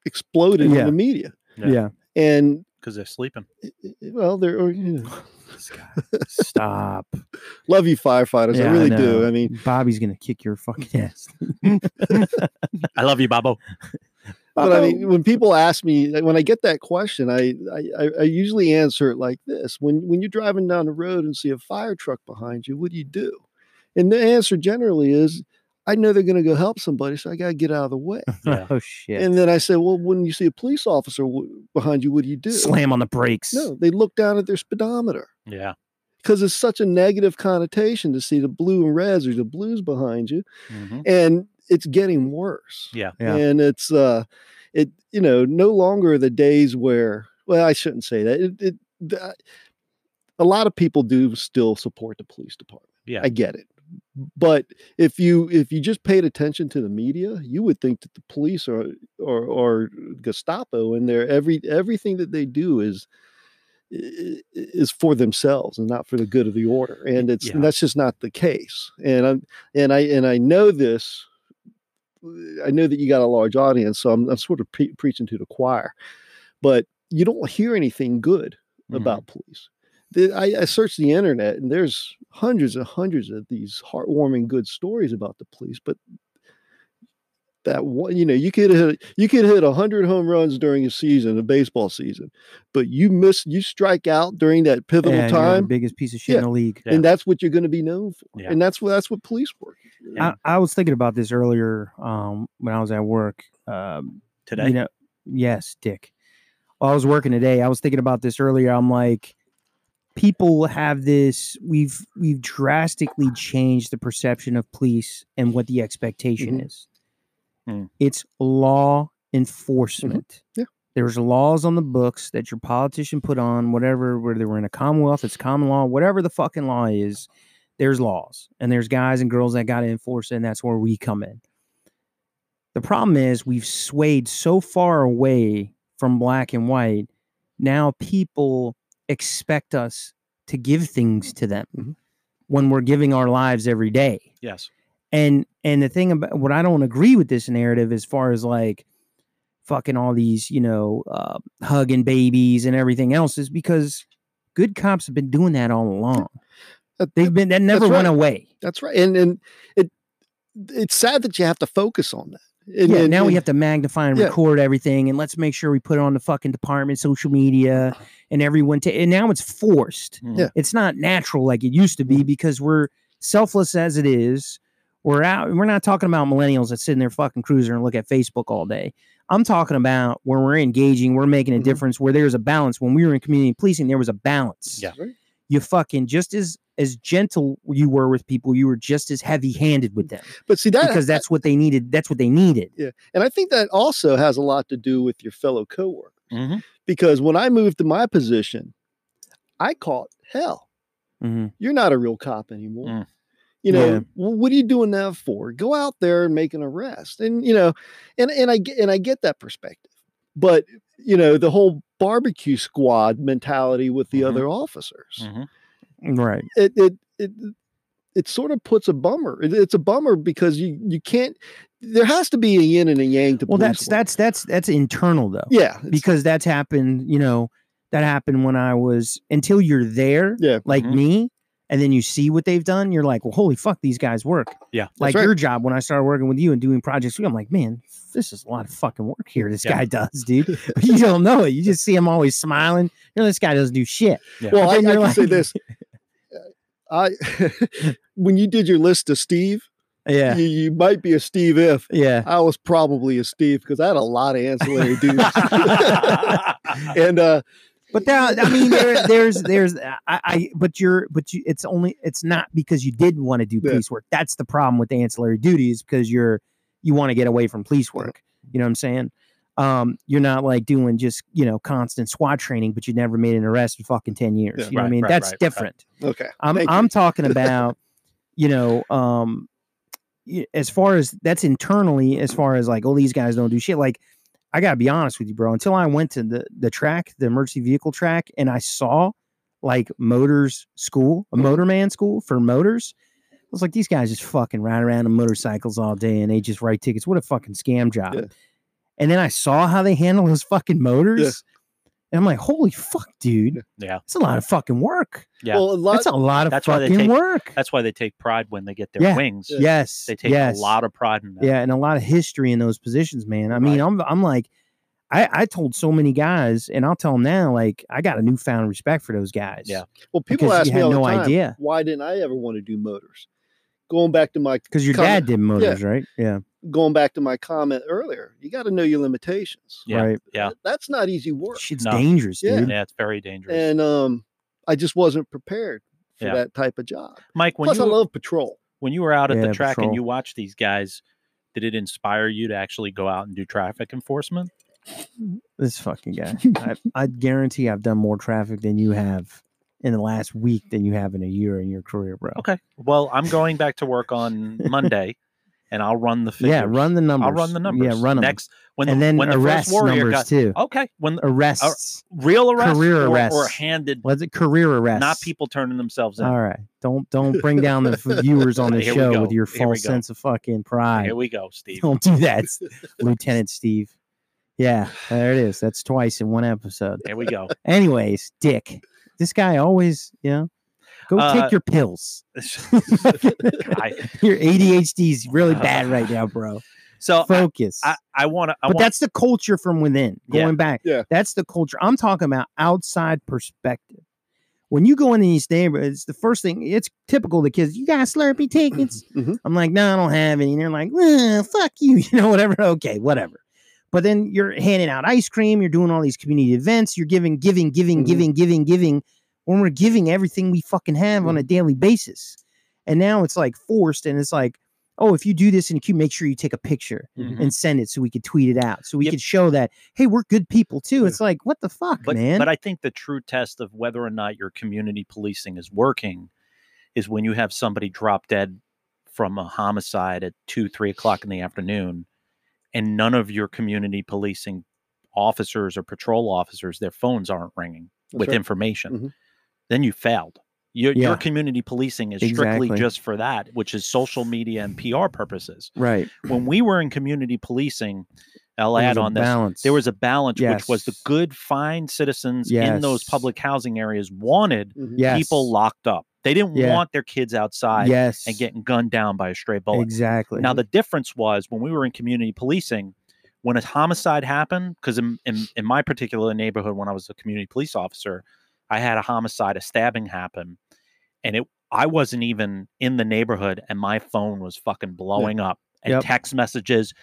exploded in Yeah. the media. Yeah. And oh, because they're sleeping. [LAUGHS] well, there, or, you know, Scott, [LAUGHS] stop. Love you, firefighters. Yeah, I really know. do. I mean, Bobby's gonna kick your fucking ass. [LAUGHS] I love you, Bobo. but I mean, when people ask me, like, when I get that question, I, I I- I usually answer it like this: when when you're driving down the road and see a fire truck behind you, what do you do? And the answer generally is, I know they're going to go help somebody, so I got to get out of the way. Yeah. oh shit! And then I say, well, when you see a police officer w- behind you, what do you [LAUGHS] do? Slam on the brakes. No, they look down at their speedometer Yeah. because it's such a negative connotation to see the blue and reds or the blues behind you, Mhm. and it's getting worse Yeah. Yeah. and it's uh it you know no longer are the days where well i shouldn't say that it, it the, uh, a lot of people do still support the police department Yeah. i get it but if you if you just paid attention to the media you would think that the police are or or gestapo and their every everything that they do is i- i- is for themselves and not for the good of the order and it's Yeah. and that's just not the case and i'm and i and i know this I know that you got a large audience, so I'm, I'm sort of pre- preaching to the choir, but you don't hear anything good Mm-hmm. Mhm. about police. The- I, I searched the internet and there's hundreds and hundreds of these heartwarming good stories about the police, but that one, you know, you could hit, you could hit hundred home runs during a season, a baseball season, but you miss, you strike out during that Yeah, pivotal you're the time, biggest piece of shit in Yeah. the league. Yeah. and that's what you're going to be known for, Yeah. and that's what that's what police work. is. I, I was thinking about this earlier um, when I was at work. Um, Today. You know, yes, Dick. While I was working today. I was thinking about this earlier. I'm like, people have this. We've we've drastically changed the perception of police and what the expectation Mm-hmm. is. Mm. It's law enforcement. Yeah. There's laws on the books that your politician put on, whatever, whether we're in a commonwealth, it's common law, whatever the fucking law is, there's laws. And there's guys and girls that got to enforce it, and that's where we come in. The problem is we've swayed so far away from black and white. Now people expect us to give things to them Mhm. when we're giving our lives every day yes. and and the thing about what i don't agree with this narrative as far as like fucking all these you know uh, hugging babies and everything else is because good cops have been doing that all along That- they've been that never went right. away That's right. And and it it's sad that you have to focus on that. And, yeah, and- now we and- have to magnify and Yeah. record everything, and let's make sure we put it on the fucking department social media and everyone. Ta- and now it's forced. Mhm. Yeah. it's not natural like it used to be Mm. because we're selfless as it is. We're out. We're not talking about millennials that sit in their fucking cruiser and look at Facebook all day. I'm talking about where we're engaging, we're making a Mhm. difference, where there's a balance. When we were in community policing, there was a balance. Yeah. Right. You fucking just as as gentle you were with people, you were just as heavy handed with them But see that because that's what they needed. That's what they needed. and I think that also has a lot to do with your fellow coworker. Mhm. Because when I moved to my position, I caught hell. Mhm. You're not a real cop anymore. Mm. You know, Yeah. "Well, what are you doing that for? Go out there and make an arrest. And you know, and and I get and I get that perspective. But you know, the whole barbecue squad mentality with the Mm-hmm. Mhm. other officers. Mm. Mhm. Right. it it it it sort of puts a bummer. It, it's a bummer because you you can't. There has to be a yin and a yang to. Well, that's police work. that's that's that's internal though, yeah. it's- because that's happened. You know, that happened when I was until you're there, Yeah. like Mhm. me, and then you see what they've done. You're like, well, holy fuck, these guys work. Yeah. like right. your job when I started working with you and doing projects, with you, I'm like, man, this is a lot of fucking work here. This Yeah. guy [LAUGHS] does, [LAUGHS] dude. But you don't know it. You just see him always smiling. You know, this guy doesn't do shit. well, but I, I then can you're say like- this. Uh, I [LAUGHS] when you did your list of Steve, Yeah, you, you might be a Steve if. yeah. I was probably a Steve because I had a lot [LAUGHS] of ancillary [LAUGHS] duties. and uh But that I mean, [LAUGHS] there, there's, there's, I, I, but you're, but you, it's only, it's not because you did want to do Yeah. police work. That's the problem with the ancillary duties because you're, you want to get away from police Yeah. work. You know what I'm saying? Um, you're not like doing just, you know, constant SWAT training, but you never made an arrest in fucking 10 years. Yeah. You know what I Right, mean? right, That's right, right. different. okay. I'm, thank you. I'm [LAUGHS] talking about, you know, um, y- as far as that's internally, as far as like, oh, these guys don't do shit. Like, I gotta be honest with you, bro. Until I went to the the track, the emergency vehicle track, and I saw like motors school, Mm-hmm. a motorman school for motors. I was like, these guys just fucking ride around on motorcycles all day and they just write tickets. What a fucking scam job. Yeah. And then I saw how they handle those fucking motors. And I'm like, holy fuck, dude. Yeah. It's a lot of fucking work. Yeah. Well, a lot. That's a lot of That's why they take- fucking work. That's why they take pride when they get their Yeah. wings. yes. They take yes. a lot of pride in that. Yeah, and a lot of history in those positions, man. I mean, I'm I'm like, I I told so many guys, and I'll tell them now, like I got a newfound respect for those guys. Yeah. well, people because you ask me had all no the time, idea. why didn't I ever want to do motors? Going back to my because your Kinda- dad did motors, right? Yeah, going back to my comment earlier, you got to know your limitations. Yeah. right. Yeah. That's not easy work. Shit's No. dangerous, Yeah. dude. Yeah, it's very dangerous. And um, I just wasn't prepared for Yeah. that type of job. Mike, when Plus, you I [LAUGHS] love patrol. when you were out at Yeah, the track patrol. and you watched these guys, did it inspire you to actually go out and do traffic enforcement? This [LAUGHS] fucking guy. I, I guarantee I've done more traffic than you have in the last week than you have in a year in your career, bro. Okay. Well, I'm going back to work on [LAUGHS] Monday, and I'll run the figures. Yeah, run the numbers. I'll run the numbers. Yeah, run them. next when and the, then when the arrest first warrior numbers got too. okay when the Arrests. real arrest Career or, or arrests. handed, Was it career arrests? not people turning themselves in. All right, [LAUGHS] don't don't bring down the f- viewers on the Here we show with go. your Here we false go. sense of fucking pride. Here we go, [LAUGHS] Steve. Don't do [LAUGHS] that, [LAUGHS] Lieutenant Steve. Yeah, there it is. That's twice in one episode. Here we [LAUGHS] go. [LAUGHS] Anyways, Dick, this guy always, you know, go Uh, take your pills. I, Your ADHD is really bad right [LAUGHS] now, bro. so uh, I, Focus. I, I want to. I but want, that's the culture from within. Yeah. Going back, Yeah. that's the culture. I'm talking about outside perspective. When you go into these neighborhoods, the first thing it's typical the kids, you got Slurpee tickets. Mhm. I'm like, no, I don't have any. And they're like, "Well, fuck you, [LAUGHS] you know, whatever. Okay, whatever. But then you're handing out ice cream, you're doing all these community events, you're giving, giving, giving, Mm-hmm. Mhm. giving, giving, giving. When we're giving everything we fucking have Mm-hmm. on a daily basis. And now it's like forced and it's like, oh, if you do this in a queue, make sure you take a picture Mhm. and send it so we could tweet it out so we Yep. Mm-hmm. could show that hey we're good people too it's like what the fuck but, man but I think the true test of whether or not your community policing is working is when you have somebody drop dead from a homicide at two, three o'clock in the afternoon, and none of your community policing officers or patrol officers, their phones aren't ringing That's with right. information. Mhm. Then you failed. Your, Mm-hmm. Yeah. your community policing is Exactly. strictly just for that, which is social media and PR purposes. right When we were in community policing, I'll There was add a on this balance there was a balance which was the Yes. good fine citizens in those Yes. public housing areas wanted Mhm. yes. people locked up they didn't Yeah. want their kids outside yes and getting gunned down by a stray bullet exactly now the difference was when we were in community policing when a homicide happened because in, in, in my particular neighborhood when i was a community police officer i had a homicide a stabbing happen and it i wasn't even in the neighborhood and my phone was fucking blowing up and Yep. text messages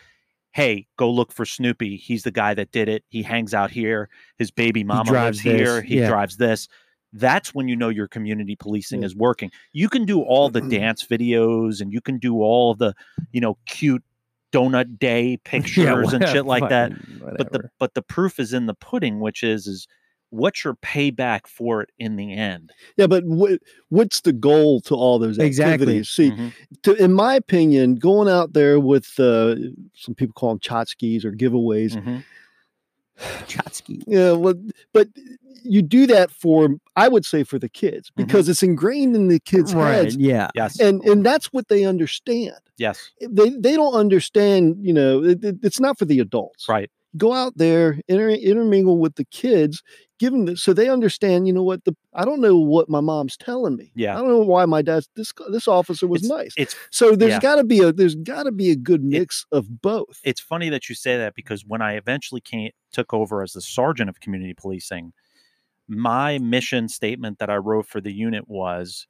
hey go look for snoopy he's the guy that did it he hangs out here his baby mama drives lives here this, he yeah. drives this that's when you know your community policing Yeah. is working you can do all the dance videos and you can do all the you know cute donut day pictures [LAUGHS] and shit like that but the but the proof is in the pudding which is is what's your payback for it in the end Yeah, but what, what's the goal to all those Exactly. activities? See, Mhm. to, in my opinion, going out there with uh, some people call them tchotchkes or giveaways. Mhm. Chotsky. Yeah, well, but you do that for, I would say, for the kids Mm-hmm. because it's ingrained in the kids' right heads, yeah yes and and that's what they understand. yes They they don't understand. You know, it, it- it's not for the adults. right Go out there, inter, intermingle with the kids, give them the, so they understand. You know what? The I don't know what my mom's telling me. Yeah. I don't know why my dad's this this officer was nice. it's So there's yeah. got to be a there's got to be a good mix of both. it's funny that you say that because when I eventually came took over as the sergeant of community policing, my mission statement that I wrote for the unit was,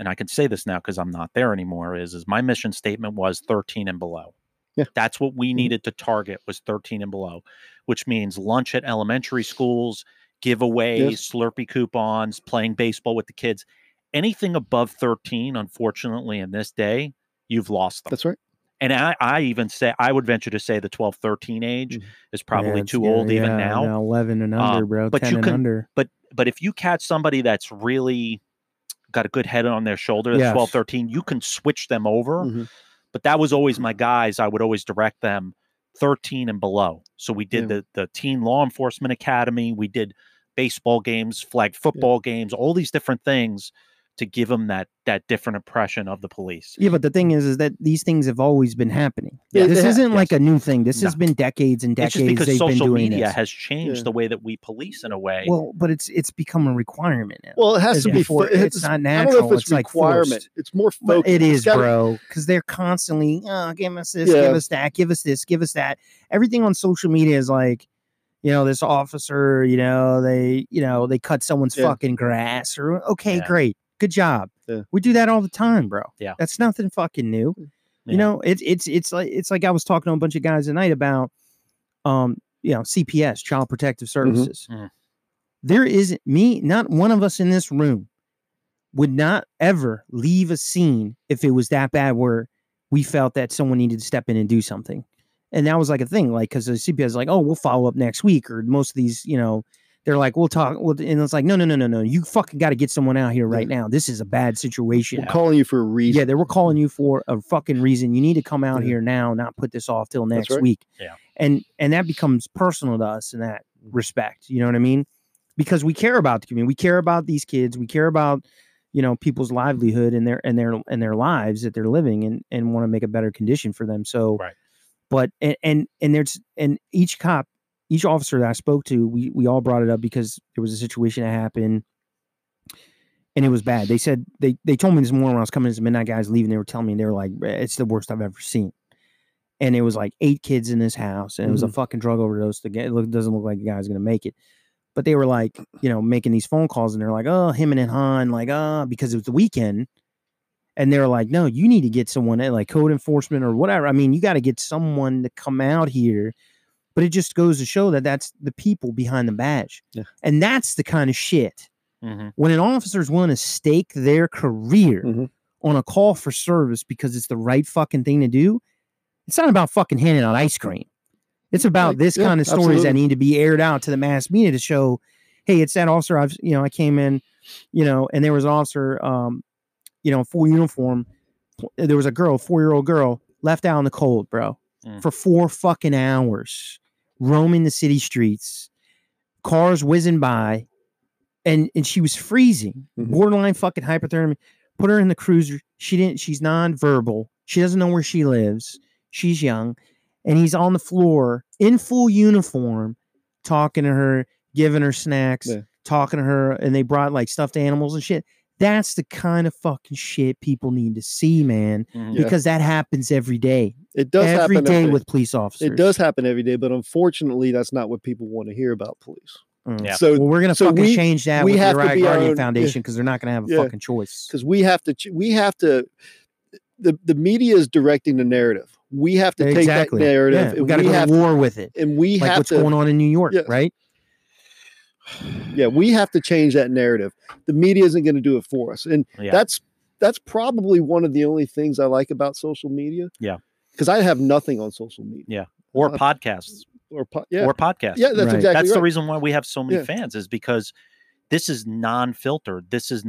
and I can say this now because I'm not there anymore, is is my mission statement was 13 and below. Yeah. That's what Mm-hmm. we needed to target was 13 and below, which means lunch at elementary schools, giveaways, Slurpee coupons, playing baseball with the kids. Anything above 13, unfortunately, in this day, you've lost them That's right. and I, I even say I would venture to say the 12 13 age Mhm. is probably Mm-hmm. Yeah, it's too good. old even Yeah, now Uh, no, 11 and under bro but 10 you and can- under but but if you catch somebody that's really got a good head on their shoulder that's Yes. 12 13 you can switch them over Mhm. but that was always Mm. my guys I would always direct them 13 and below so we did Yeah. the the teen law enforcement academy we did baseball games flag football games all these different things to give them that that different impression of the police. Yeah, but the thing is, is that these things have always been happening. Yeah, this they ha- isn't like yes. a new thing. This has No. been decades and It's just decades because they've been social doing media this. has changed Yeah. the way that we police in a way. well, but it's it's become a requirement. Now. Well, it has It's to be. before- fo- it's not I don't natural, know if it's it's, like requirement. forced. it's more But focused. it is, gotta- bro, because they're constantly, oh, give us this, Yeah. give us that, give us this, give us that. Everything on social media is like, you know, this officer, you know, they, you know, they cut someone's Yeah. fucking grass, or okay, Yeah. great, good job. Yeah. We do that all the time, bro. Yeah. that's nothing fucking new. Yeah. You know, it's it's it's like it's like I was talking to a bunch of guys tonight about, um, you know, CPS, Child Protective Services. Mhm. There is me, not one of us in this room would not ever leave a scene if it was that bad where we felt that someone needed to step in and do something. And that was like a thing, like because the CPS is like, oh, we'll follow up next week, or most of these, you know, they're like, we'll talk, we'll, and it's like, no, no, no, no, no, you fucking got to get someone out here right now. This is a bad situation. We're calling you for a reason. Yeah, they were calling you for a fucking reason. You need to come out Yeah. here now, not put this off till That's next right. week. Yeah. And and that becomes personal to us in that respect. You know what I mean? Because we care about the community. We care about these kids. We care about, you know, people's livelihood and their and their and their lives that they're living and and want to make a better condition for them. So Right. but and and and there's and each cop, each officer that I spoke to, we we all brought it up because there was a situation that happened and it was bad. They said they they told me this morning when I was coming as midnight guys leaving. They were telling me they were like, "Eh, it's the worst I've ever seen. And it was like eight kids in this house, and it was a fucking drug overdose. The guy it look- doesn't look like the guy's gonna make it. But they were like, you know, making these phone calls, and they're like, oh, him and Han, like, ah, because it was the weekend. And they're like, no, you need to get someone eh, like code enforcement or whatever. I mean, you got to get someone to come out here. But it just goes to show that that's the people behind the badge, Yeah. and that's the kind of shit Mhm. when an officer's willing to stake their career Mhm. on a call for service because it's the right fucking thing to do, it's not about fucking handing out ice cream. It's about Like, this yeah, kind of stories that absolutely. need to be aired out to the mass media to show, hey, it's that officer. I've you know I came in, you know, and there was an officer, um, you know, in full uniform. pl- There was a girl, four year old girl, left out in the cold, bro, Mm. for four fucking hours, roaming the city streets, cars whizzing by, and and she was freezing, Mhm. borderline fucking hypothermia. Put her in the cruiser. She didn't. She's nonverbal. She doesn't know where she lives. She's young, and he's on the floor in full uniform, talking to her, giving her snacks, Yeah. talking to her, and they brought like stuffed animals and shit. That's the kind of fucking shit people need to see, man, Mhm. Yeah. because that happens every day, It does every happen day every- with police officers. It does happen every day, but unfortunately, that's not what people want to hear about police. Mm. Yeah. So Well, we're gonna so fucking we- change that we with have the to Riot be our Guardian own- yeah. Foundation because they're not gonna have a Yeah. fucking choice. because we have to ch- we have to the the media is directing the narrative we have to exactly. take that narrative Yeah, and we got to go have to war with it. and we Like have what's to going on in New York, Yeah. right? yeah we have to change that narrative the media isn't going to do it for us and Yeah. that's that's probably one of the only things i like about social media Yeah. because i have nothing on social media Or Uh, podcasts. or po- yeah Or podcasts. yeah that's Right. exactly that's right. the reason why we have so many Yeah. fans is because this is non-filtered this is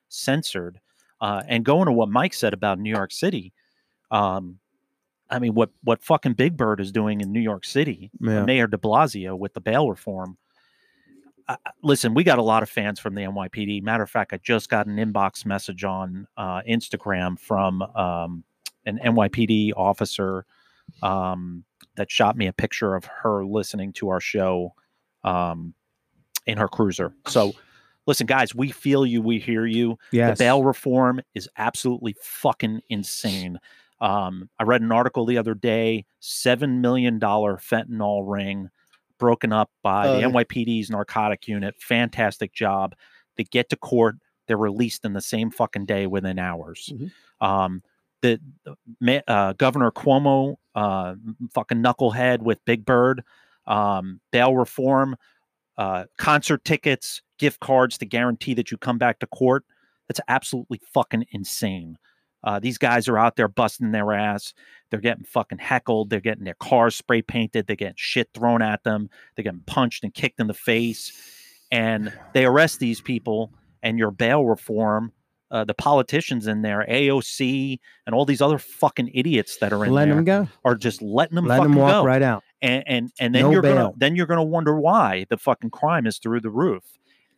non-censored uh, and going to what mike said about new york city um, i mean what what fucking big bird is doing in new york city Yeah. mayor de blasio with the bail reform uh, listen we got a lot of fans from the nypd matter of fact i just got an inbox message on uh, instagram from um, an nypd officer um, that shot me a picture of her listening to our show um, in her cruiser. So, listen, guys, we feel you, we hear you. Yes. The bail reform is absolutely fucking insane. Um, I read an article the other day: seven million dollar fentanyl ring, broken up by Oh, the yeah. NYPD's narcotic unit. Fantastic job. They get to court. They're released in the same fucking day within hours. Mhm. Um, the the ma- uh, Governor Cuomo, uh, m- fucking knucklehead with Big Bird, um, bail reform, uh, concert tickets, gift cards to guarantee that you come back to court. That's absolutely fucking insane. Uh, these guys are out there busting their ass. They're getting fucking heckled. They're getting their cars spray painted. They're getting shit thrown at them. They're getting punched and kicked in the face. And they arrest these people. And your bail reform, uh, the politicians in there, AOC, and all these other fucking idiots that are in Let there them go. are just letting them Let fucking them walk go right out. and and, and then No you're gonna bail. then you're gonna wonder why the fucking crime is through the roof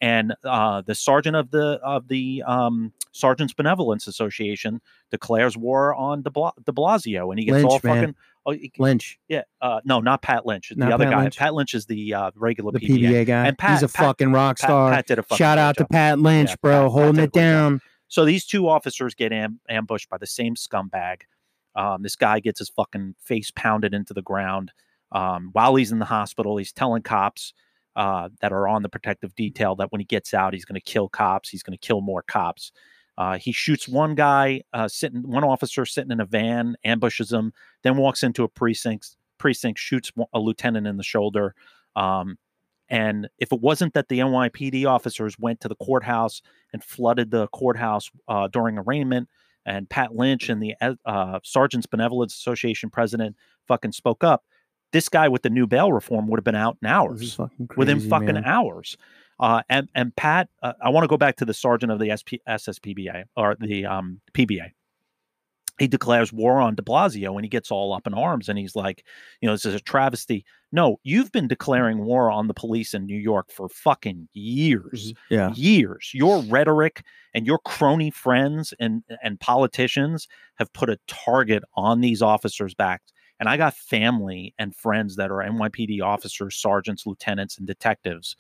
and uh, the sergeant of the of the um, Sergeants Benevolence Association declares war on De, Bla- De Blasio, and he gets Lynch, all man. fucking. Oh, he- Lynch, yeah, uh, no, not Pat Lynch. The Not other Pat guy. Lynch. Pat Lynch is the uh, regular the PBA. PBA guy. And Pat- He's a Pat- fucking rock Pat- star. Pat did a fucking Shout great out to job. Pat Lynch, Yeah, bro, Pat- Pat holding did a it great job. down. So these two officers get am- ambushed by the same scumbag. Um, this guy gets his fucking face pounded into the ground. Um, while he's in the hospital, he's telling cops uh, that are on the protective detail that when he gets out, he's going to kill cops. He's going to kill more cops. Uh, he shoots one guy uh, sitting, one officer sitting in a van, ambushes him, then walks into a precinct. Precinct shoots one- a lieutenant in the shoulder. Um, and if it wasn't that the NYPD officers went to the courthouse and flooded the courthouse uh, during arraignment. And Pat Lynch and the uh, Sergeants Benevolence Association president fucking spoke up. This guy with the new bail reform would have been out in This is hours, fucking within crazy, fucking man. hours. Uh, and and Pat, uh, I want to go back to the sergeant of the SP, SSPBA or the um, PBA. He declares war on De Blasio, and he gets all up in arms, and he's like, you know, this is a travesty. No, you've been declaring war on the police in New York for fucking years Yeah. years. Your rhetoric and your crony friends and and politicians have put a target on these officers' backs. And I got family and friends that are NYPD officers, sergeants, lieutenants, and detectives.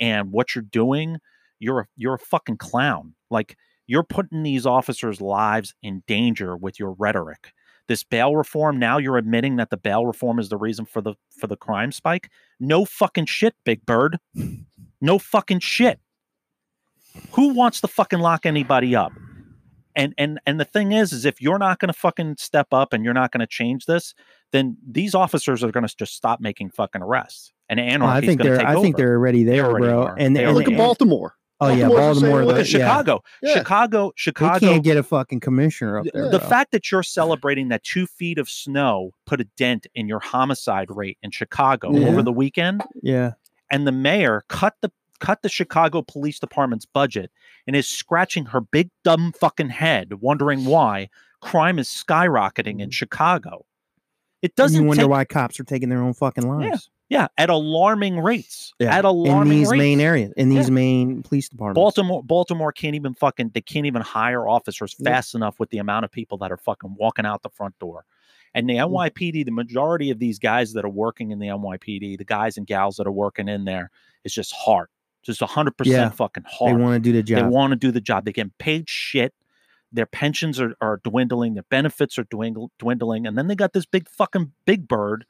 And what you're doing, you're a, you're a fucking clown. Like you're putting these officers' lives in danger with your rhetoric. This bail reform, now you're admitting that the bail reform is the reason for the for the crime spike. No fucking shit, big bird. No fucking shit who wants to fucking lock anybody up and and and the thing is is if you're not going to fucking step up and you're not going to change this then these officers are going to just stop making fucking arrests and Well, I anarchy's think going to they're take I over think they're already there, already bro. are. And, They already and- look at and- Baltimore. oh yeah, Baltimore's the same Baltimore. way. the- Look at yeah. Chicago, Yeah. Chicago, They Chicago. can't get a fucking commissioner up th- there. the bro. fact that you're celebrating that two feet of snow put a dent in your homicide rate in Chicago Yeah. over the weekend, yeah, and the mayor cut the cut the Chicago Police Department's budget and is scratching her big dumb fucking head wondering why crime is skyrocketing in Chicago. It doesn't Mm. you wonder take- why cops are taking their own fucking lives yeah, at alarming rates. Yeah, At in alarming these rates. main areas, in Yeah. these main police departments. Baltimore Baltimore can't even fucking they can't even hire officers Yep. fast enough with the amount of people that are fucking walking out the front door. And the NYPD, the majority of these guys that are working in the NYPD, the guys and gals that are working in there, it's just hard. Just 100% Yeah. fucking they hard. want to do the They job. want to do the job. They get paid shit. Their pensions are, are dwindling. Their benefits are dwindle, dwindling. And then they got this big fucking big bird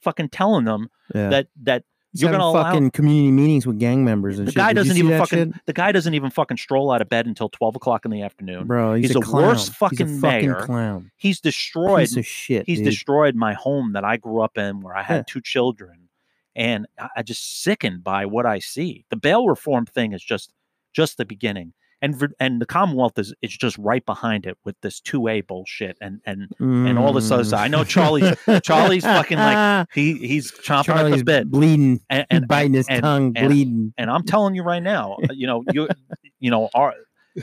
fucking telling them yeah. that that He's you're having gonna allow- fucking community meetings with gang members and the shit. guy Did you doesn't see even that fucking shit? the guy doesn't even fucking stroll out of bed until 12 o'clock in the afternoon. bro. He's, He's a the clown. worst he's fucking a fucking mayor. clown. He's destroyed Piece of shit. he's dude. destroyed my home that I grew up in where I had Yeah. two children and I, I just sickened by what I see. The bail reform thing is just just the beginning. And Vir- and the Commonwealth is is just right behind it with this 2A bullshit and and and all this other Mm. stuff. I know Charlie's- Charlie's fucking, [LAUGHS] like, he he's chomping at Charlie's the bit. bleeding, And, and biting his and- tongue, and- bleeding. and I'm telling you right [LAUGHS] now, you know, you you know, our,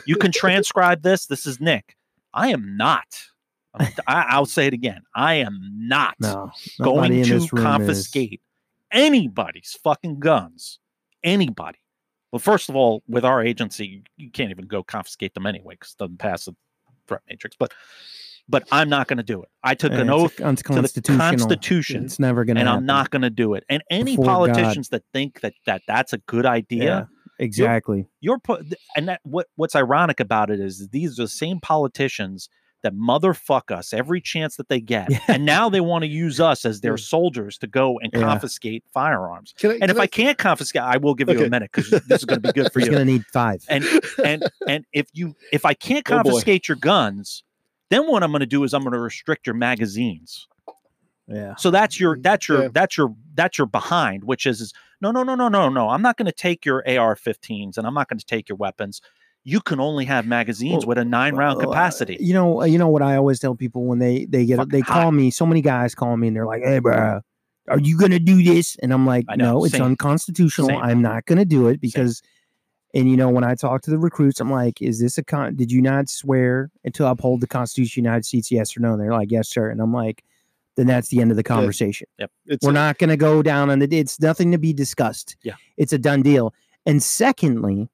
you can transcribe this. This is Nick. I am not. I'm- I, I'll say it again. I am not No, nobody going in to this room is. confiscate anybody's fucking guns. Anybody. Well, first of all, with our agency, you can't even go confiscate them anyway because it doesn't pass the threat matrix. But but I'm not going to do it. I took Yeah, an it's oath un- it's to the constitutional. Constitution It's never gonna. and happen. I'm not going to do it. And any Before God. politicians that think that that that's a good idea, Yeah, exactly. you're put and that what what's ironic about it is these are the same politicians that motherfuck us every chance that they get [LAUGHS] Yeah. and now they want to use us as Yeah. their soldiers to go and Yeah. confiscate firearms Can I, and if i can't confiscate i will give you a Okay. minute because this is going to be good for He's you gonna need five. and and and if you if i can't Oh, boy. confiscate your guns then what i'm going to do is i'm going to restrict your magazines Yeah. so that's your that's your Yeah. that's your that's your behind, which is, is no no no no no no. I'm not going to take your AR-15s and I'm not going to take your weapons. You can only have magazines Well, with a nine round Well, uh, capacity. You know, you know what I always tell people when they they get Fucking they call hot. me. So many guys call me and they're like, "Hey, bro, are you gonna do this?" And I'm like, I know, "No, it's same. unconstitutional. Same. I'm not gonna do it because." And you know, when I talk to the recruits, I'm like, "Is this a con? Did you not swear to uphold the Constitution of the United States? Yes or no?" And they're like, "Yes, sir." And I'm like, "Then that's the end of the conversation." [LAUGHS] it's [LAUGHS] We're not going to go down on the. It's nothing to be discussed. Yeah. it's a done deal. And secondly,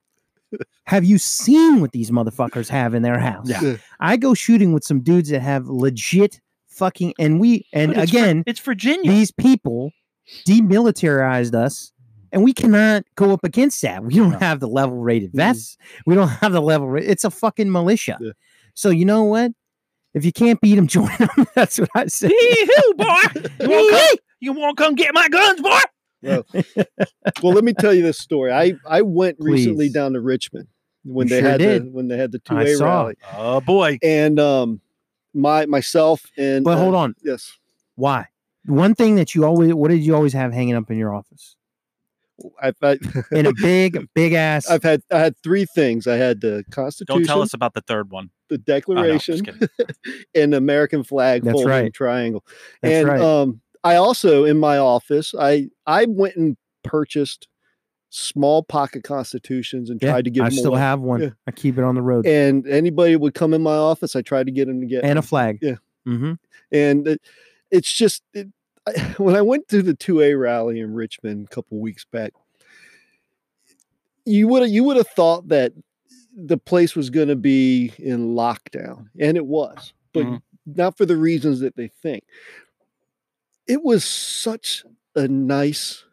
have you seen what these motherfuckers have in their house? Yeah. [LAUGHS] I go shooting with some dudes that have legit fucking and we and But it's Vir- again it's Virginia. these people demilitarized us and we cannot go up against that. We don't No. have the level rated vests. We don't have the level ra- it's a fucking militia. Mm-hmm. Yeah. So you know what? If you can't beat them, [LAUGHS] join them. That's what I say. Yee-hoo, boy. You won't, come, you won't come get my guns, boy. well, let me tell you this story. I I went recently Please. down to Richmond when You they sure had the did. when they had the two I A saw. rally, Oh boy. and um, my myself [LAUGHS] and But hold uh, on. yes, Why? One thing that you always what did you always have hanging up in your [LAUGHS] office? I've [LAUGHS] I, In a big, big ass I've had I had three things. I had the Constitution, Don't tell us about the third one. Oh, the no, just Declaration, kidding. [LAUGHS] and the American flag That's folding right. triangle. That's and right. um, I also in my office, I I went and purchased small pocket constitutions and Yeah, tried to give I them still away. have one. Yeah. I keep it on the road. And, and anybody would come in my office, I tried to get them to get a flag. Yeah. Mm-hmm. and it, it's just it, I, [LAUGHS] when I went to the 2A rally in Richmond a couple weeks back, you would you would have thought that the place was going to be in lockdown, and it was, but Mhm. not for the reasons that they think. It was such a nice,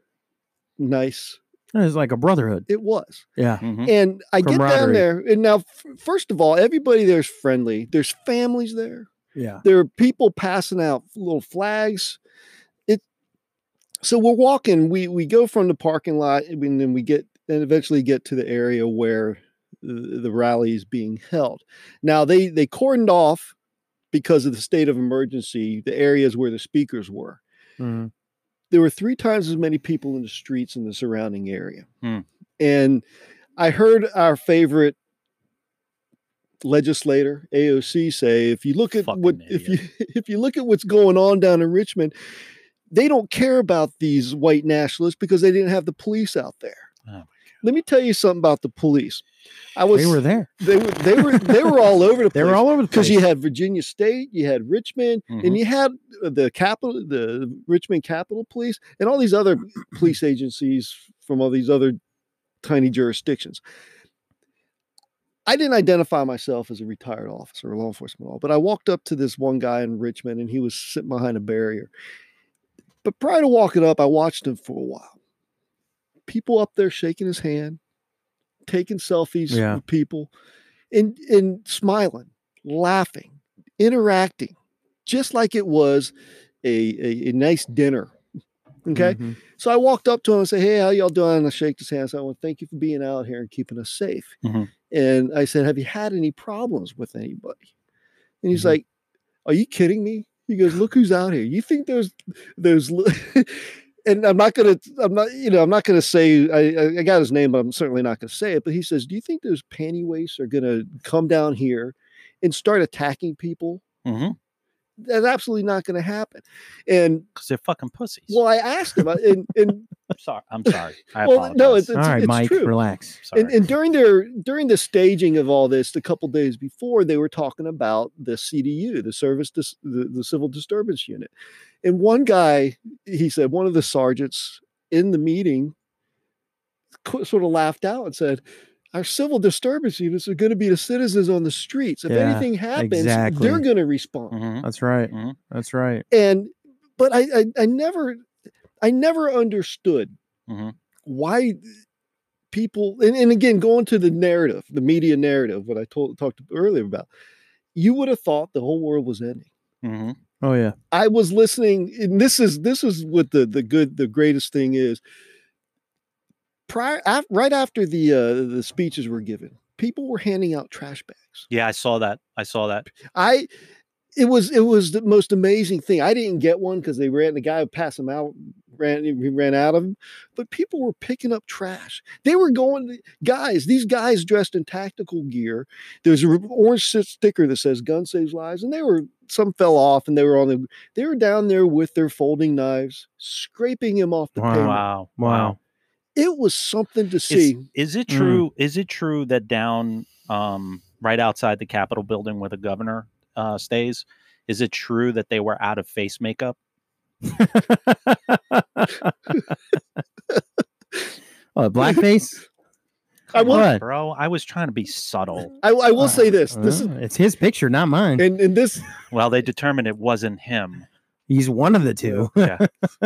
nice. It's like a brotherhood. It was. Yeah. Mhm. And I get down Camaraderie. there, and now, f- first of all, everybody there's friendly. There's families there. Yeah. There are people passing out little flags. It. So we're walking. We we go from the parking lot, and then we get and eventually get to the area where the, the rally is being held. Now they they cordoned off because of the state of emergency the areas where the speakers were Mhm. there were three times as many people in the streets in the surrounding area. Hmm. And I heard our favorite legislator AOC say if you look at Fucking what if you [LAUGHS] if you look at what's going on down in Richmond they don't care about these white nationalists because they didn't have the police out there. Oh my God. Let me tell you something about the police. I was They were there. they were they were they were all over [LAUGHS] the place They were all over the place. because you had Virginia State, you had Richmond, and Mhm. you had the capital, the Richmond Capitol Police, and all these other police agencies from all these other tiny jurisdictions. I didn't identify myself as a retired officer or law enforcement at all, but I walked up to this one guy in Richmond, and he was sitting behind a barrier. But prior to walking up, I watched him for a while. People up there shaking his hand, taking selfies Yeah. with people, and and smiling, laughing, interacting, just like it was a a, a nice dinner. Okay. Mhm. So I walked up to him and said, Hey, how y'all doing? And I shaked his hand. I said, Well, thank you for being out here and keeping us safe. Mhm. And I said, Have you had any problems with anybody? And he's Mhm. like, Are you kidding me? He goes, Look who's out here. You think there's there's li- [LAUGHS] and I'm not gonna I'm not you know, I'm not gonna say I, I, I got his name, but I'm certainly not gonna say it. But he says, Do you think those panty waists are gonna come down here and start attacking people? Mhm. That's absolutely not gonna happen. And 'Cause they're fucking pussies. well, I asked him, I- and and I'm sorry. I'm sorry. I [LAUGHS] Well, apologize. no, it's, All it's, right, it's Mike, true. relax. Sorry. And, and during their during the staging of all this, the couple days before, they were talking about the CDU, the service, dis, the, the civil disturbance unit. And one guy, he said, one of the sergeants in the meeting, qu- sort of laughed out and said, "Our civil disturbance units are going to be the citizens on the streets. If Yeah, anything happens, exactly. they're going to respond." Mhm. That's right. Mhm. That's right. and but I, I I never I never understood Mhm. why people and, and again going to the narrative, the media narrative, what I told talked earlier about, you would have thought the whole world was ending. Mhm. Oh [LAUGHS] yeah. I was listening, and this is this is what the the good the greatest thing is. Prior, af, right after the uh, the speeches were given, people were handing out trash bags. Yeah, I saw that. I saw that. I it was it was the most amazing thing. I didn't get one because they ran the guy who passed him out ran he ran out of him. But people were picking up trash. They were going guys. These guys dressed in tactical gear. There's an orange sti- sticker that says "Gun Saves Lives," and they were some fell off and they were on the they were down there with their folding knives scraping him off the Wow. pavement. Wow. Wow. It was something to Is, see. is it Mm. true? Is it true that down um, right outside the Capitol building where the governor uh, stays, is it true that they were out of face makeup? oh, blackface. I Come will- on, What? bro. I was trying to be subtle. I, I will Uh, say this. This Uh-huh. is uh, it's his picture, not mine. and, and this Well, they determined it wasn't him. He's one of the two. [LAUGHS] Yeah,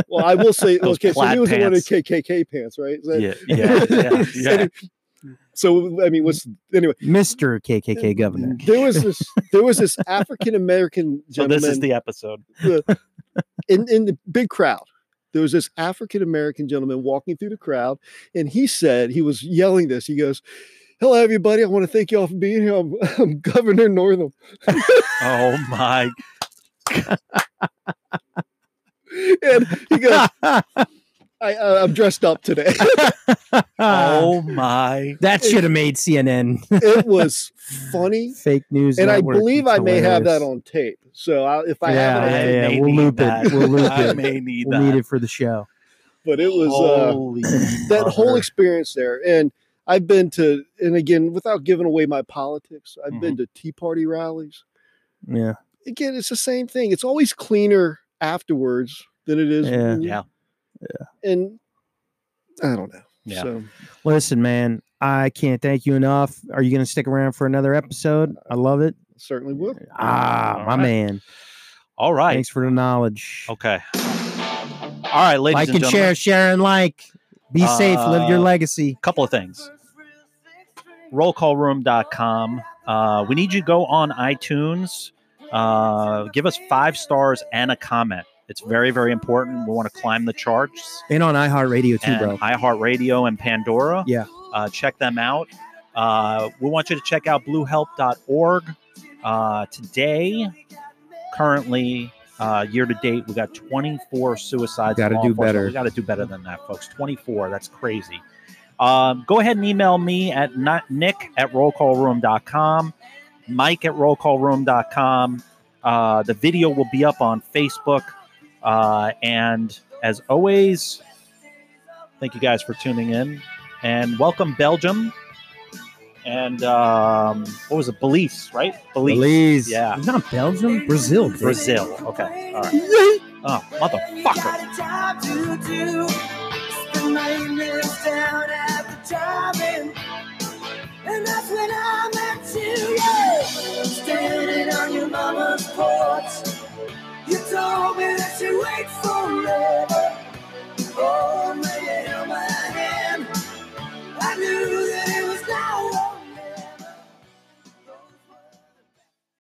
well, I will say [LAUGHS] Those okay, so plaid he was the one in pants. KKK pants, right? Is that- yeah, [LAUGHS] yeah, yeah, yeah. So I mean, what's anyway? Mr. KKK governor. There was this there was this [LAUGHS] African American So gentleman this is the episode. [LAUGHS] in, in the big crowd. There was this African American gentleman walking through the crowd, and he said he was yelling this. He goes, "Hello, everybody! I want to thank you all for being here. I'm, [LAUGHS] I'm Governor Northam." Oh my! And he goes, [LAUGHS] I, I, "I'm dressed up today." Ah. Oh my! that should have made CNN it was funny, [LAUGHS] fake news. and I network. believe It's I may have that hilarious. on tape. So I, if I Yeah, have it, yeah, I- I yeah, may we'll need loop that. it. We'll [LAUGHS] loop I it. may need We'll that. need it for the show. but it was. uh, Holy [LAUGHS] that whole mother. experience there and i've been to and again without giving away my politics i've been to tea party rallies Yeah. again it's the same thing it's always cleaner afterwards than it is Yeah. when- Yeah. and i don't know Yeah. so Listen, man, I can't thank you enough. Are you going to stick around for another episode? I love it. certainly will Ah, All my right. man. All right. Thanks for the knowledge. Okay. All right, ladies like and, and gentlemen. share, share and like. Be safe. Live your Uh, legacy. couple of things. Rollcallroom.com. Uh, we need you to go on iTunes. Uh, give us five stars and a comment. It's very, very important. We want to climb the charts. And on iHeartRadio too, And bro. iHeartRadio and Pandora. Yeah. Uh, check them out. Uh, we want you to check out bluehelp.org. Uh, today, currently, uh, year to date, we got 24 suicides. in Gotta law do enforcement. better. We got to do better than that, folks. 24. That's crazy. Um, go ahead and email me at not nick at rollcallroom.com, mike at rollcallroom.com. Uh, the video will be up on Facebook. Uh, and as always, thank you guys for tuning in and welcome Belgium. And um, what was it? Belize, right? Belize. Belize. Yeah. It's Not Belgium, Brazil. dude. Brazil. Okay. All right. Oh, motherfucker. Got a job to do. Spend my evening staring Oh,